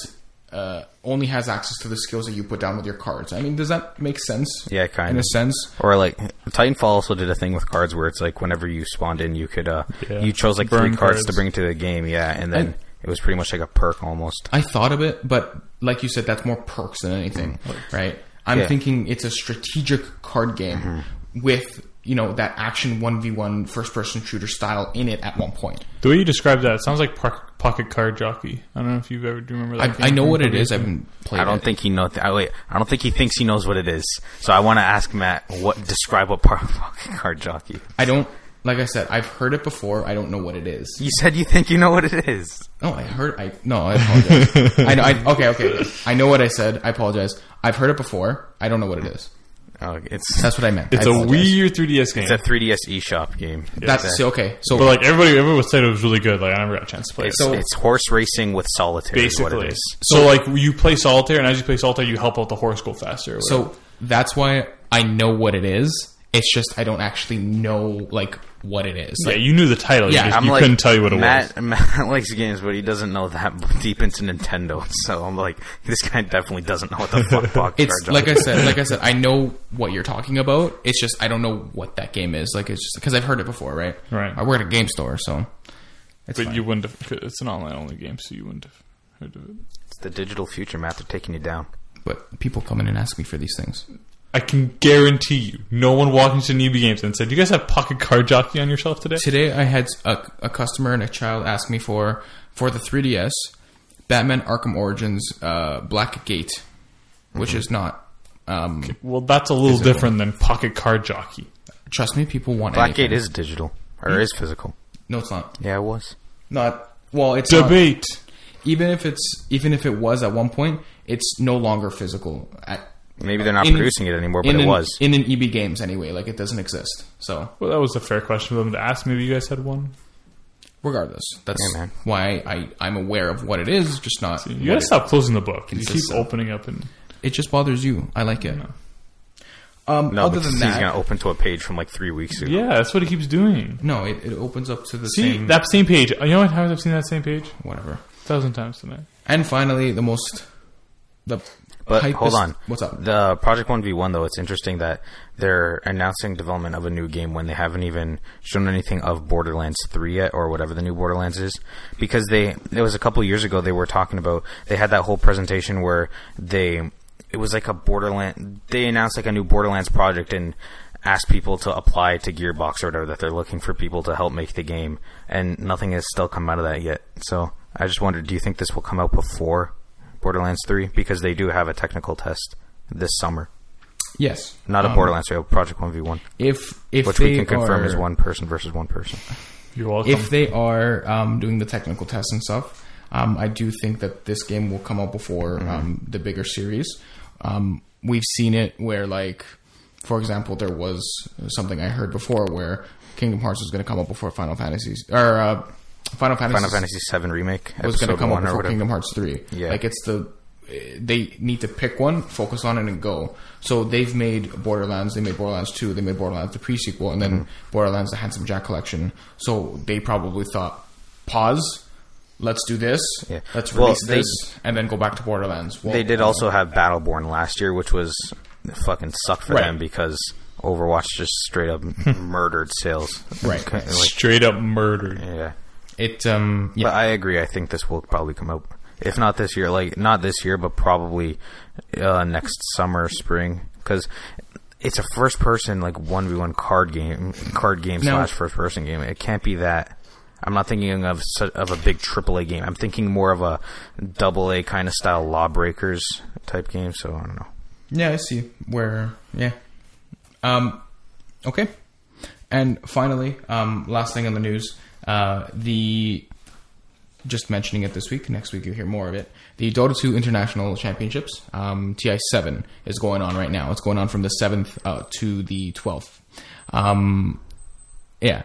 A: uh, only has access to the skills that you put down with your cards. I mean, does that make sense?
C: Yeah, kind
A: in a
C: of.
A: sense.
C: Or like Titanfall also did a thing with cards where it's like whenever you spawned in, you could uh,
B: Yeah.
C: you chose like
B: Burn
C: three cards,
B: cards.
C: to bring to the game, yeah, and then
A: And-
C: it was pretty much like a perk almost.
A: I thought of it, but like you said, that's more perks than anything, right? I'm
C: Mm-hmm. Yeah. Mm-hmm.
A: thinking it's a strategic card game with you know that action one v one first person shooter style in it at one point.
B: The way you described that it sounds like park, Pocket Card Jockey. I don't know if you've ever do you remember that.
A: I, I
B: game
A: know
B: from
A: what it
B: Pocket
A: is. I
B: Card?
A: haven't played.
C: I don't
A: it.
C: think he know. I, wait, I don't think he thinks he knows what it is. So I want to ask Matt what describe what par- fucking card jockey.
A: I don't. Like I said, I've heard it before. I don't know what it is.
C: You said you think you know what it is.
A: No, I heard. I no. I apologize. I, know- I okay. Okay. I know what I said. I apologize. I've heard it before. I don't know what it is.
C: Oh, it's
A: That's what I meant.
B: It's
A: a
B: a Wii or 3DS game.
C: it's a 3DS eShop game.
A: That's okay. So
B: but like everybody, everyone said it was really good. Like I never got a chance to play it.
C: It's,
A: so-
C: it's horse racing with solitaire. is what
B: Basically,
C: it is.
B: so like you play solitaire, and as you play solitaire, you help out the horse go faster. or whatever.
A: so that's why I know what it is. It's just I don't actually know like what it is.
B: yeah,
A: Like,
B: you knew the title.
A: Yeah,
B: you, just,
A: I'm
B: you couldn't tell you what it
C: Matt, Matt likes games, but he doesn't know that deep into Nintendo. So I'm like, this guy definitely doesn't know what the fuck pocket
A: it's
C: card
A: like
C: jockey.
A: I said, like I said, I know what you're talking about. It's just I don't know what that game is. Like it's just because I've heard it before, right?
B: Right.
A: I work at a game store, so it's
B: was. But
A: fine.
B: you wouldn't. Have, it's an online only game, so you wouldn't have heard of it.
C: It's the digital future, Matt. They're taking you down.
A: but people come in and ask me for these things.
B: I can guarantee you, no one walked into Newbie Games and said, "You guys have Pocket Card Jockey on your shelf today."
A: Today I had a, a customer and a child ask me for for the 3DS Batman Arkham Origins uh, Black Gate, which is not. Um,
B: Well, that's a little different than Pocket Card Jockey.
A: Trust me, people want anything.
C: Blackgate is digital or is physical.
A: No, it's not.
C: Yeah, it was.
A: Not well. It's not-
B: Debate.
A: even if it's even if it was at one point, it's no longer physical. At,
C: Maybe they're not
A: in-
C: producing it anymore, but
A: in
C: it
A: an-
C: was.
A: in an EB Games anyway. Like it doesn't exist. So
B: Well, that was a fair question for them to ask. Maybe you guys had one.
A: regardless, that's
C: Yeah, man.
A: why I I'm aware of what it is, just not.
B: You gotta stop closing the book. You keep
A: Consistent.
B: opening up and
A: It just bothers you. I like it. Um,
C: no,
A: other
C: because
A: than
C: he's
A: that,
C: gonna open to a page from like three weeks ago.
B: yeah, that's what he keeps doing.
A: no, it, it opens up to the
B: See
A: same
B: that same page. You know how many times I've seen that same page?
A: whatever.
B: A thousand times tonight.
A: And finally, the most the
C: But
A: hypest-
C: hold on.
A: what's up?
C: The Project 1v1, though, it's interesting that they're announcing development of a new game when they haven't even shown anything of Borderlands 3 yet, or whatever the new Borderlands is. Because they, it was a couple years ago they were talking about, they had that whole presentation where they, it was like a Borderland, they announced like a new Borderlands project and asked people to apply to Gearbox or whatever, that they're looking for people to help make the game. And nothing has still come out of that yet. So I just wondered, do you think this will come out before Borderlands 3 because they do have a technical test this summer.
A: yes,
C: Not a
A: Um,
C: Borderlands 3, a Project 1v1,
A: If if
C: which
A: they
C: we can confirm
A: are,
C: is one person versus one person.
B: You're welcome.
A: if they are um, doing the technical tests and stuff, um, I do think that this
C: Mm-hmm.
A: game will come out before um, the bigger series. Um, we've seen it where like for example, there was something I heard before where Kingdom Hearts was going to come up before Final Fantasies or uh, Final Fantasy
C: Final Fantasy VII remake
A: was going to
C: episode
A: come up
C: one or
A: before
C: whatever.
A: Kingdom Hearts three.
C: Yeah.
A: like it's the they need to pick one, focus on it, and go. So they've made Borderlands, they made Borderlands two, they made Borderlands the prequel, and then
C: Mm-hmm.
A: Borderlands the Handsome Jack collection. So they probably thought, pause, let's do this,
C: Yeah.
A: let's
C: Well,
A: release
C: they-
A: this, and then go back to Borderlands. Well,
C: They did also have Battleborn last year, which was fucking sucked for
A: Right.
C: them because Overwatch just straight up murdered sales.
A: Right.
C: Like,
B: Straight up murdered.
C: yeah.
A: it. Um, yeah,
C: But I agree. I think this will probably come out, if not this year, like not this year, but probably uh, next summer, spring, because it's a first-person like one v one card game, card game
A: No.
C: slash first-person game. It can't be that. I'm not thinking of su- of a big AAA game. I'm thinking more of a double A kind of style Lawbreakers type game. So I don't know.
A: yeah, I see where. Yeah, um, okay. And finally, um, last thing on the news, uh, the just mentioning it this week. Next week, you hear more of it. The Dota 2 International Championships, um, TI7, is going on right now. It's going on from the 7th uh, to the 12th. Um, yeah.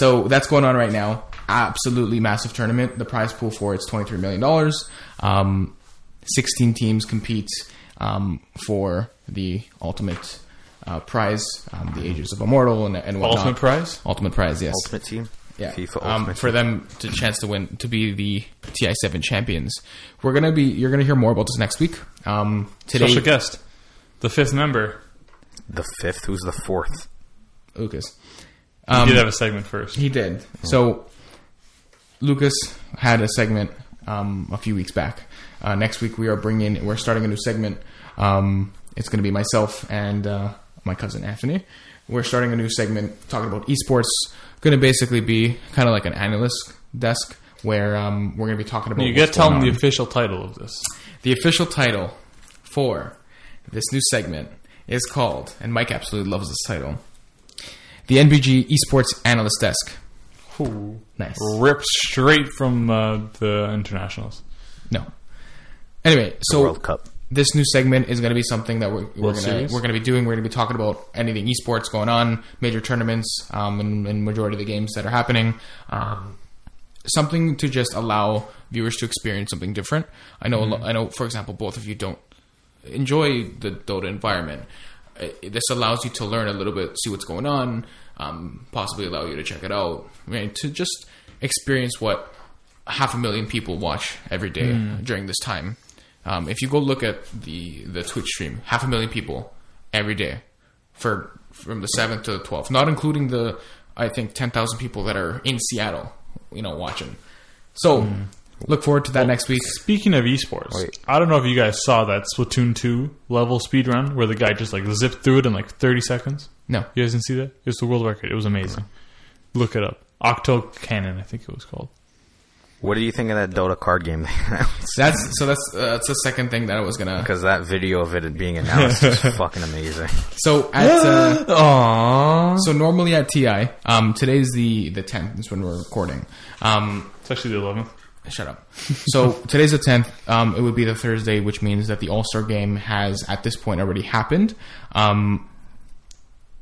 A: So that's going on right now. Absolutely massive tournament. The prize pool for it's $23 million. Um, 16 teams compete um, for the ultimate uh, prize, um, the Ages of Immortal and, and whatnot.
B: Ultimate prize?
A: Ultimate prize, yes
C: Ultimate Team.
A: yeah.
C: FIFA
A: um,
C: Ultimate
A: for them to chance to win to be the TI seven champions. We're gonna be you're gonna hear more about this next week. Um, today,
B: Special guest, the fifth member.
C: the fifth. Who's the fourth?
A: Lucas Um,
B: He did have a segment first.
A: he did so. Lucas had a segment um, a few weeks back. Uh, next week we are bringing we're starting a new segment. Um, it's gonna be myself and uh, my cousin Anthony. We're starting a new segment talking about esports. Going to basically be kind of like an analyst desk where um, we're going to be talking about
B: You
A: what's
B: gotta tell
A: going
B: him the
A: on.
B: official title of this.
A: The official title for this new segment is called, and Mike absolutely loves this title, the NBG Esports Analyst Desk. Nice.
B: Ripped straight from uh, the internationals.
A: No. Anyway, so
C: World Cup.
A: this new segment is going to be something that we're, we're
B: World
A: going
B: Series?
A: to we're going to be doing. We're going to be talking about anything esports going on, major tournaments, um, and, and majority of the games that are happening. Um, something to just allow viewers to experience something different. I know, a lo- I know. For example, both of you don't enjoy the Dota environment. Uh, This allows you to learn a little bit, see what's going on, um, possibly allow you to check it out, right? To just experience what half a million people watch every day during this time. Um, if you go look at the the Twitch stream, half a million people every day for from the seventh to the twelfth, not including the I think ten thousand people that are in Seattle, you know, watching. So look forward to that next week.
B: Speaking of esports,
C: Wait.
B: I don't know if you guys saw that Splatoon 2 level speedrun where the guy just like zipped through it in like 30 seconds.
A: No,
B: You guys didn't see that? It was the world record. It was amazing. Look it up. Octo Cannon, I think it was called.
C: What do you think of that Dota card game?
A: that's so that's uh, that's the second thing that I was gonna.
C: Because that video of it being announced is fucking amazing.
A: So at uh,
B: Aww.
A: so normally at TI, um, today's the the tenth is when we're recording. Um,
B: It's actually the 11th.
A: Shut up. So today's the tenth. Um, it would be the Thursday, which means that the All Star game has at this point already happened. Um,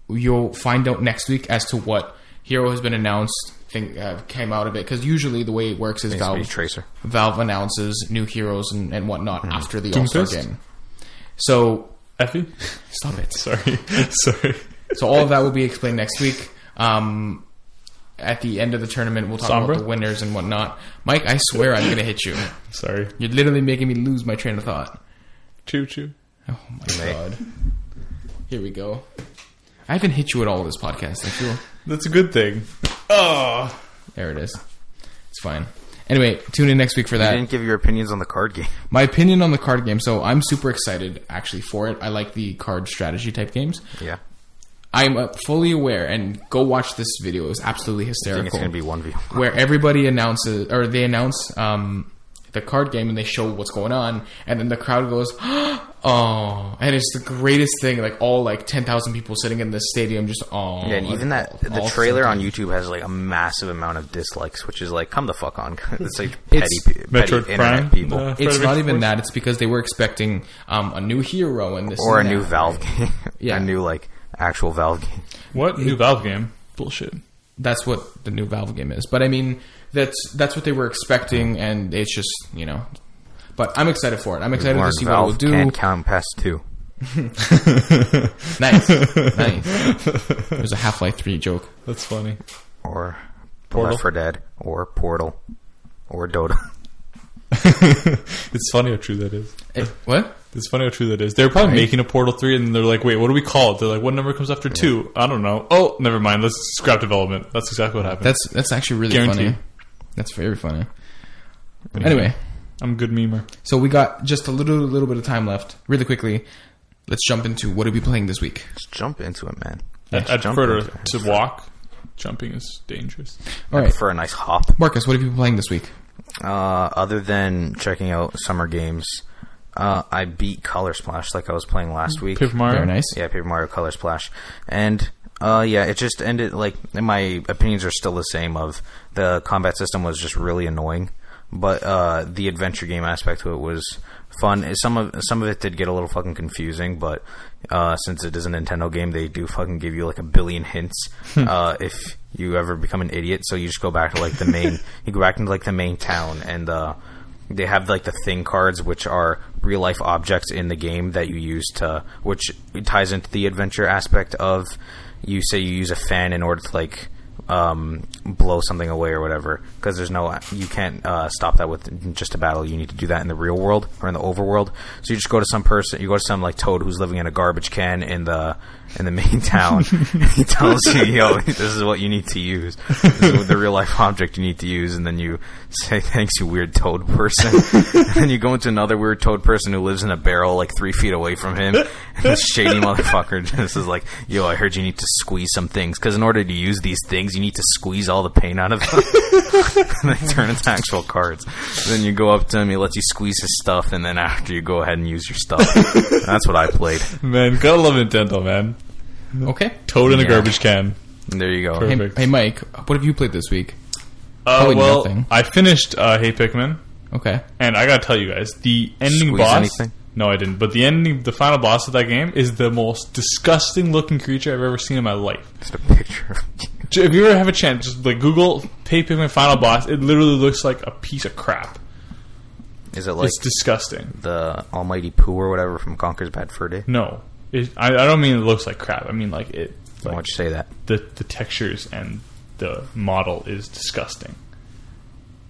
A: you'll find out next week as to what hero has been announced. Thing uh, came out of it because usually the way it works is
C: Speed
A: Valve
C: Tracer.
A: Valve announces new heroes and, and whatnot after the All Star
B: Doomfist?
A: game. So
B: Effie?
A: stop it.
B: Sorry. Sorry.
A: So all of that will be explained next week. Um, at the end of the tournament, we'll talk
B: Sombra?
A: about the winners and whatnot. Mike, I swear I'm going to hit you.
B: Sorry.
A: You're literally making me lose my train of thought.
B: Choo choo.
A: Oh my
C: Mate.
A: god. Here we go. I haven't hit you at all this podcast. I feel
B: That's a good thing. Oh.
A: there it is. It's fine. Anyway, tune in next week for
C: You
A: that.
C: didn't give your opinions on the card game.
A: My opinion on the card game. So I'm super excited actually for it. I like the card strategy type games.
C: Yeah.
A: I'm uh, fully aware, and go watch this video. It's absolutely
C: I think it's
A: hysterical.
C: going to be 1v1.
A: where everybody announces or they announce um, the card game and they show what's going on, and then the crowd goes, "Oh!" And it's the greatest thing. Like all like ten thousand people sitting in this stadium, just oh.
C: Yeah, and even that the trailer on YouTube has like a massive amount of dislikes, which is like, come the fuck on. it's like petty,
A: It's-
C: pe- petty
B: Metroid
C: internet
B: Prime.
C: people
B: uh,
A: It's
B: Frederick
A: not even
B: Force.
A: that. It's because they were expecting um, a new hero and this
C: or a
A: and
C: new
A: that.
C: Valve game,
A: Yeah.
C: a new like actual Valve game.
B: What new Valve game? Bullshit.
A: That's what the new Valve game is. But I mean, that's that's what they were expecting, and it's just you know. But I'm excited for it. I'm excited to
C: Warren
A: see
C: Valve
A: what it will do.
C: Can't count past two.
A: Nice, nice. There's a Half Life Three joke.
B: That's funny.
C: Or
B: Portal.
C: Left 4 Dead. Or Portal. Or Dota.
B: It's funny how true that is.
A: Eh, what?
B: It's funny how true that is. They're probably making a Portal 3 and they're like, wait, what do we call it? They're like, what number comes after 2? I don't know. Oh, never mind. Let's scrap development. That's exactly what happened.
A: That's that's actually really funny.
B: Guaranteed.
A: That's very funny. Anyway,
B: I'm a good memer.
A: so we got just a little little bit of time left. Really quickly, let's jump into what are we playing this week.
C: Just jump into it, man.
B: I-
C: Just
B: I'd
C: jump
B: prefer
C: into
B: to,
C: it.
B: to walk. Jumping is dangerous.
A: All
C: I
A: right,
C: prefer a nice hop.
A: Marcus, what have you been playing this week?
C: Uh, other than checking out summer games, uh, I beat Color Splash like I was playing last week.
B: Paper Mario.
A: Very nice.
C: Yeah, Paper Mario Color Splash, and uh, yeah, it just ended like my opinions are still the same. Of the combat system was just really annoying, but uh, the adventure game aspect to it was fun. And Some of some of it did get a little fucking confusing, but uh, since it is a Nintendo game, they do fucking give you like a billion hints uh, if you ever become an idiot. So you just go back to like the main, you go back into like the main town and. Uh, they have like the thing cards which are real life objects in the game that you use to which ties into the adventure aspect of you say you use a fan in order to like um, blow something away or whatever because there's no you can't uh, stop that with just a battle you need to do that in the real world or in the overworld so you just go to some person you go to some like toad who's living in a garbage can in the in the main town he tells you yo this is what you need to use this is the real life object you need to use and then you say thanks you weird toad person and then you go into another weird toad person who lives in a barrel like three feet away from him and this shady motherfucker just is like yo i heard you need to squeeze some things because in order to use these things you need to squeeze all the paint out of them and they turn into actual cards. Then you go up to him, he lets you squeeze his stuff, and then after you go ahead and use your stuff. That's what I played.
B: Man, gotta love Nintendo, man.
A: Okay.
B: Toad in a
C: Yeah.
B: garbage can.
C: And there you go.
B: Perfect.
A: Hey, hey, Mike, what have you played this week?
B: Uh,
A: Probably
B: well,
A: nothing.
B: I finished uh, Hey Pikmin.
A: Okay.
B: And I gotta tell you guys, the ending
C: Squeeze
B: boss.
C: anything?
B: No, I didn't. But the ending, the final boss of that game is the most disgusting looking creature I've ever seen in my life.
C: Just a picture.
B: J- If you ever have a chance, just like Google "Hey Pikmin final boss." It literally looks like a piece of crap.
C: Is it like
B: it's disgusting.
C: the Almighty Pooh or whatever from Conker's Bad Fur Day?
B: No, it, I, I don't mean it looks like crap. I mean like it.
C: Why
B: Like,
C: don't you say that?
B: the the textures and the model is disgusting.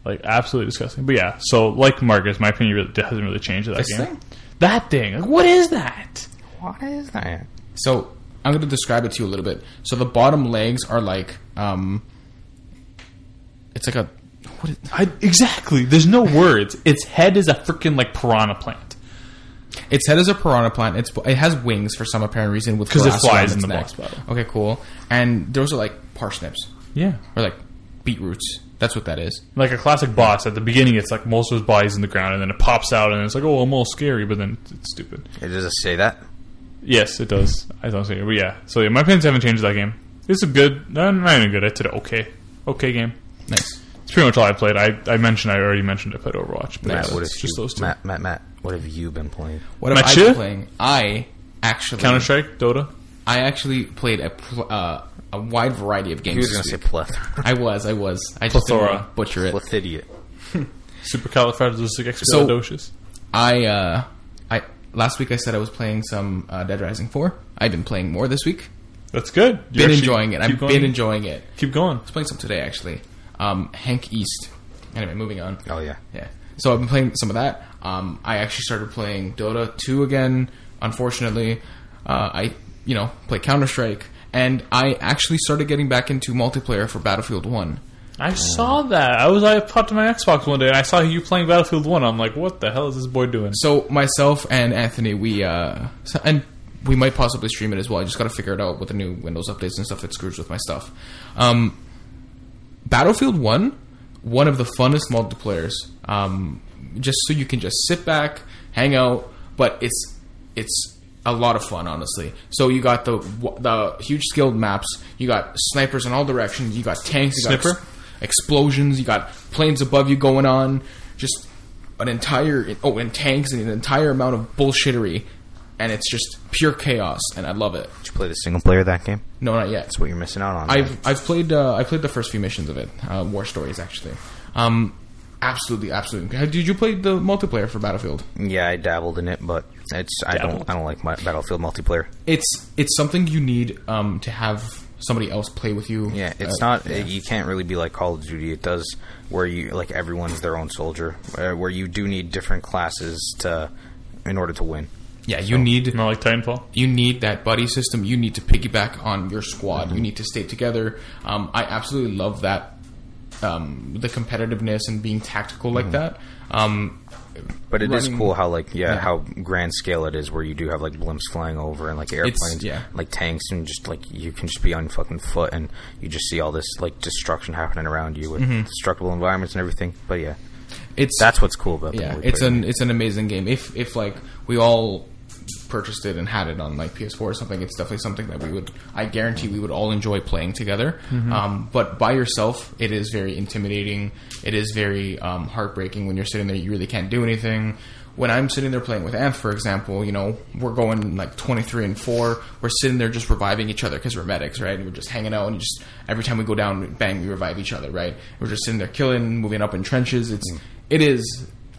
B: Like absolutely disgusting. But yeah, so like Marcus, my opinion really hasn't really changed of that
A: This
B: game.
A: thing?
B: That thing. Like, what is that?
C: What is that?
A: So I'm going to describe it to you a little bit. So the bottom legs are like, um, it's like a what? Is,
B: I, exactly. There's no words. Its head is a freaking like piranha plant
A: its head is a piranha plant. It's it has wings for some apparent reason with
B: 'Cause it
A: grass
B: flies
A: around
B: in
A: its
B: the
A: neck.
B: boss battle.
A: Okay, cool. And those are like parsnips
B: Yeah,
A: or like beetroots. That's what that is.
B: like a classic boss. At the beginning, it's like most of his body's in the ground, and then it pops out, and it's like, oh, I'm all scary, but then it's- it's stupid.
C: It does it say that?
B: Yes, it does. I don't see it, but yeah. So yeah, my opinions haven't changed that game. It's a good, no, not even good. It's an okay, okay game.
A: Nice.
B: It's pretty much all I played. I, I mentioned I already mentioned I played Overwatch, but
A: Nice.
B: yeah,
C: What
B: it's
C: have
B: just
C: you,
B: those two.
C: Matt, Matt, Matt, what have you been playing?
A: What have I
B: Matcha?
A: been playing? I actually
B: Counter Strike, Dota.
A: I actually played a pl- uh, a wide variety of games.
C: He was
A: this
C: going to say
A: week.
C: plethora.
A: I was, I was. I just didn't
B: Plethora.
A: want to butcher it.
C: Plethora.
B: Supercalifragilisticexpialidocious.
A: I uh, I last week I said I was playing some uh, Dead Rising four. I've been playing more this week.
B: That's good. You're
A: Been
B: actually-
A: enjoying it.
B: Keep
A: I've
B: going.
A: been enjoying it.
B: Keep going.
A: playing some today actually. Um, Hank East. Anyway, moving on.
C: Oh, yeah.
A: Yeah. So I've been playing some of that. Um, I actually started playing Dota 2 again. Unfortunately, uh, I you know play Counter Strike, and I actually started getting back into multiplayer for Battlefield 1.
B: I saw that. I was I popped to my Xbox one day and I saw you playing Battlefield One. I'm like, what the hell is this boy doing?
A: So myself and Anthony, we uh, so- and we might possibly stream it as well. I just got to figure it out with the new Windows updates and stuff that screws with my stuff. Um, Battlefield One, one of the funnest multiplayers. Um, just so you can just sit back, hang out, but it's it's a lot of fun, honestly. So you got the the huge skilled maps. You got snipers in all directions. You got tanks. You got
B: Snipper?
A: ex- explosions. You got planes above you going on. Just an entire oh, and tanks and an entire amount of bullshittery. and it's just pure chaos, and I love it.
C: Did you play the single player of that game?
A: No, not yet.
C: That's what you're missing out on. man.
A: I've I've played uh, I played the first few missions of it, uh, War Stories actually. Um, absolutely, absolutely. How- Did you play the multiplayer for Battlefield?
C: yeah, I dabbled in it, but it's I don't
B: Dabbled.
C: I don't like my Battlefield multiplayer.
A: It's it's something you need um, to have somebody else play with you.
C: Yeah, it's
A: Uh,
C: not. you can't really be like Call of Duty. It does where you like everyone's their own soldier, uh, where you do need different classes to in order to win.
A: Yeah, you need
B: Not like Titanfall.
A: you need that buddy system. You need to piggyback on your squad.
C: Mm-hmm.
A: You need to stay together. Um, I absolutely love that, um, the competitiveness and being tactical
C: Mm-hmm.
A: like that. Um,
C: But it is
A: Running-
C: cool how like yeah, how grand scale it is where you do have like blimps flying over and like airplanes,
A: yeah.
C: like tanks and just like you can just be on fucking foot and you just see all this like destruction happening around you with
A: Mm-hmm.
C: destructible environments and everything. But yeah,
A: it's
C: that's what's cool about the
A: yeah,
C: multiplayer.
A: it's an it's an amazing game. If if like we all purchased it and had it on like PS4 or something, it's definitely something that we would. I guarantee we would all enjoy playing together. Um, but by yourself, it is very intimidating. It is very um, heartbreaking when you're sitting there. You really can't do anything. When I'm sitting there playing with Anth, for example, you know we're going like 23 and four. We're sitting there just reviving each other because we're medics, right? And we're just hanging out and just every time we go down, bang, we revive each other, right? We're just sitting there killing, moving up in trenches. It's
C: Mm.
A: it is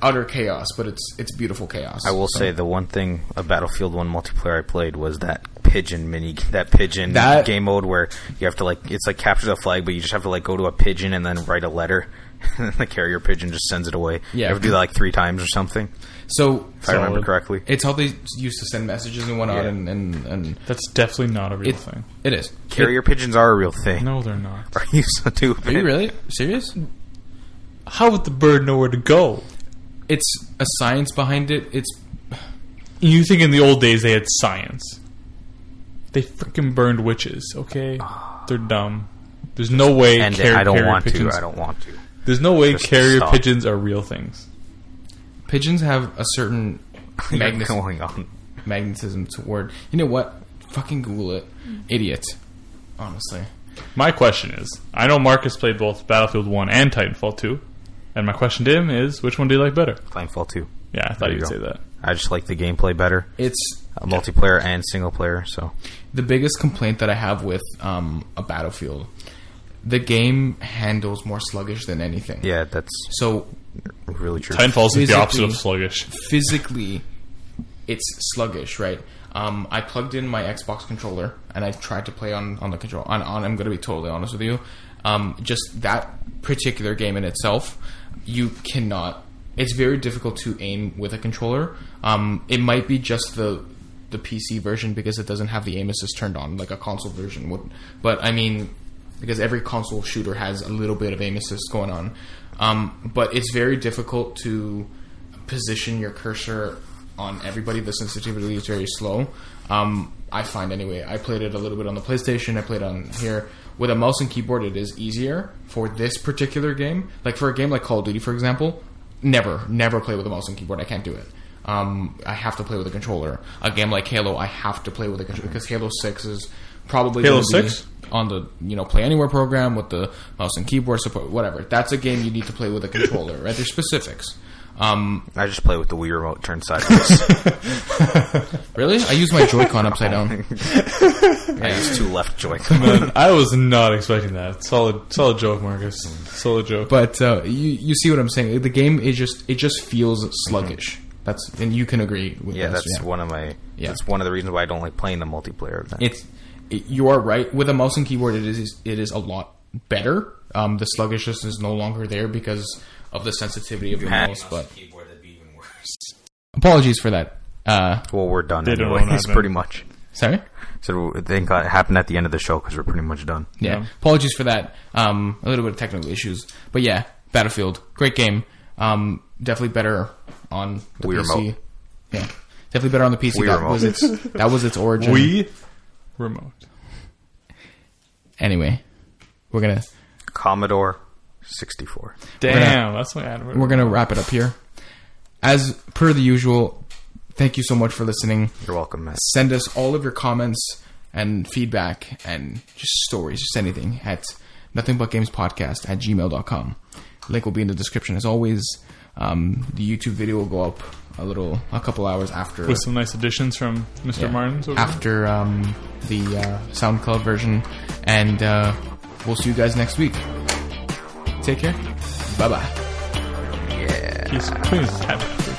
A: utter chaos, but it's it's beautiful chaos.
C: I will say the one thing a Battlefield One multiplayer I played was that pigeon mini, that pigeon
A: That-
C: game mode where you have to like it's like capture the flag, but you just have to like go to a pigeon and then write a letter. and the carrier pigeon just sends it away.
A: Yeah.
C: you have to do that like three times or something. If
A: So
C: I remember
B: Solid.
C: correctly.
A: it's how they used to send messages and whatnot,
C: Yeah.
A: and and, and
B: That's definitely not a real
A: it,
B: thing.
A: it is.
C: Carrier pigeons are a real thing.
B: No, they're not.
C: Are you so stupid?
A: Are you really serious?
B: How would the bird know where to go?
A: It's a science behind it. It's
B: You think in the old days they had science? They freaking burned witches. Okay, they're dumb. There's no way.
C: Ah. And
B: car-
C: I don't
B: carrier
C: want
B: pigeons-
C: to. I don't want to.
B: There's no way
C: Just
B: carrier
C: stop.
B: pigeons are real things.
A: pigeons have a certain
C: Magnet
A: magnet,
C: going on.
A: magnetism toward. You know what? Fucking Google it, idiot. Honestly,
B: My question is: I know Marcus played both Battlefield One and Titanfall Two, and my question to him is, which one do you like better?
C: Titanfall two.
B: Yeah, I thought
C: you
B: you'd
C: go.
B: say that.
C: I just like the gameplay better,
A: it's
C: uh, multiplayer and single player. So
A: the biggest complaint that I have with um, a battlefield. The game handles more sluggish than anything.
C: yeah, that's
A: So
C: really true.
B: Titanfall's is the opposite of
A: Physically-
B: sluggish.
A: physically it's sluggish, right? Um, I plugged in my Xbox controller and I tried to play on, on the control on, on I'm gonna be totally honest with you. Um, just that particular game in itself, you cannot it's very difficult to aim with a controller. Um, it might be just the the PC version because it doesn't have the aim assist turned on like a console version would. But I mean, because every console shooter has a little bit of aim assist going on. Um, but it's very difficult to position your cursor on everybody. The sensitivity is very slow. Um, I find anyway. I played it a little bit on the PlayStation. I played on here with a mouse and keyboard. It is easier for this particular game. Like for a game like Call of Duty, for example, never, never play with a mouse and keyboard. I can't do it. Um, I have to play with a controller. A game like Halo, I have to play with a controller because Halo Six is probably
B: Halo
A: gonna be
B: 6?
A: on the you know Play Anywhere program with the mouse and keyboard support. Whatever. That's a game you need to play with a controller. Right? There's specifics. Um,
C: I just play with the Wii remote turned sideways.
A: Really? I use my Joy-Con upside down.
C: I use two left joy.
B: Man, I was not expecting that. Solid, solid joke, Marcus.
C: Mm.
B: Solid joke.
A: But uh, you you see what I'm saying? The game is just it just feels sluggish. That's and you can agree with
C: Mm-hmm. Yeah,
A: this,
C: that's one of my.
A: Yeah.
C: That's one of the reasons why I don't like playing the multiplayer. Of that.
A: It's it, you are right with a mouse and keyboard. It is it is a lot better. Um, the sluggishness is no longer there because of the sensitivity of your
C: had-
A: mouse. But apologies for that. Uh,
C: well, we're done.
B: They don't know
C: Anyway.
B: what
C: It's
B: happened.
C: pretty much.
A: sorry.
C: So thank God it happened at the end of the show because we're pretty much done.
A: Yeah.
B: Yeah.
A: Apologies for that. Um, a little bit of technical issues, but yeah, Battlefield, great game. Um, definitely better on the
C: Wii
A: PC.
C: remote.
A: Yeah, definitely better on the PC.
C: Wii
A: that
C: remote.
A: was its that was its origin.
B: we remote.
A: Anyway, we're gonna
C: Commodore sixty four.
B: Damn, that's my ad.
A: we're gonna wrap it up here. As per the usual, thank you so much for listening.
C: You're welcome, Matt.
A: send us all of your comments and feedback and just stories, just anything at nothingbutgamespodcast at gmail.com. Link will be in the description as always. Um, the YouTube video will go up a little, a couple hours after
B: with some nice additions from Mr.
A: Yeah.
B: Martin's. over there.
A: after um, the uh, SoundCloud version, and uh, we'll see you guys next week. Take care. Bye bye.
B: He's cleaning his tab.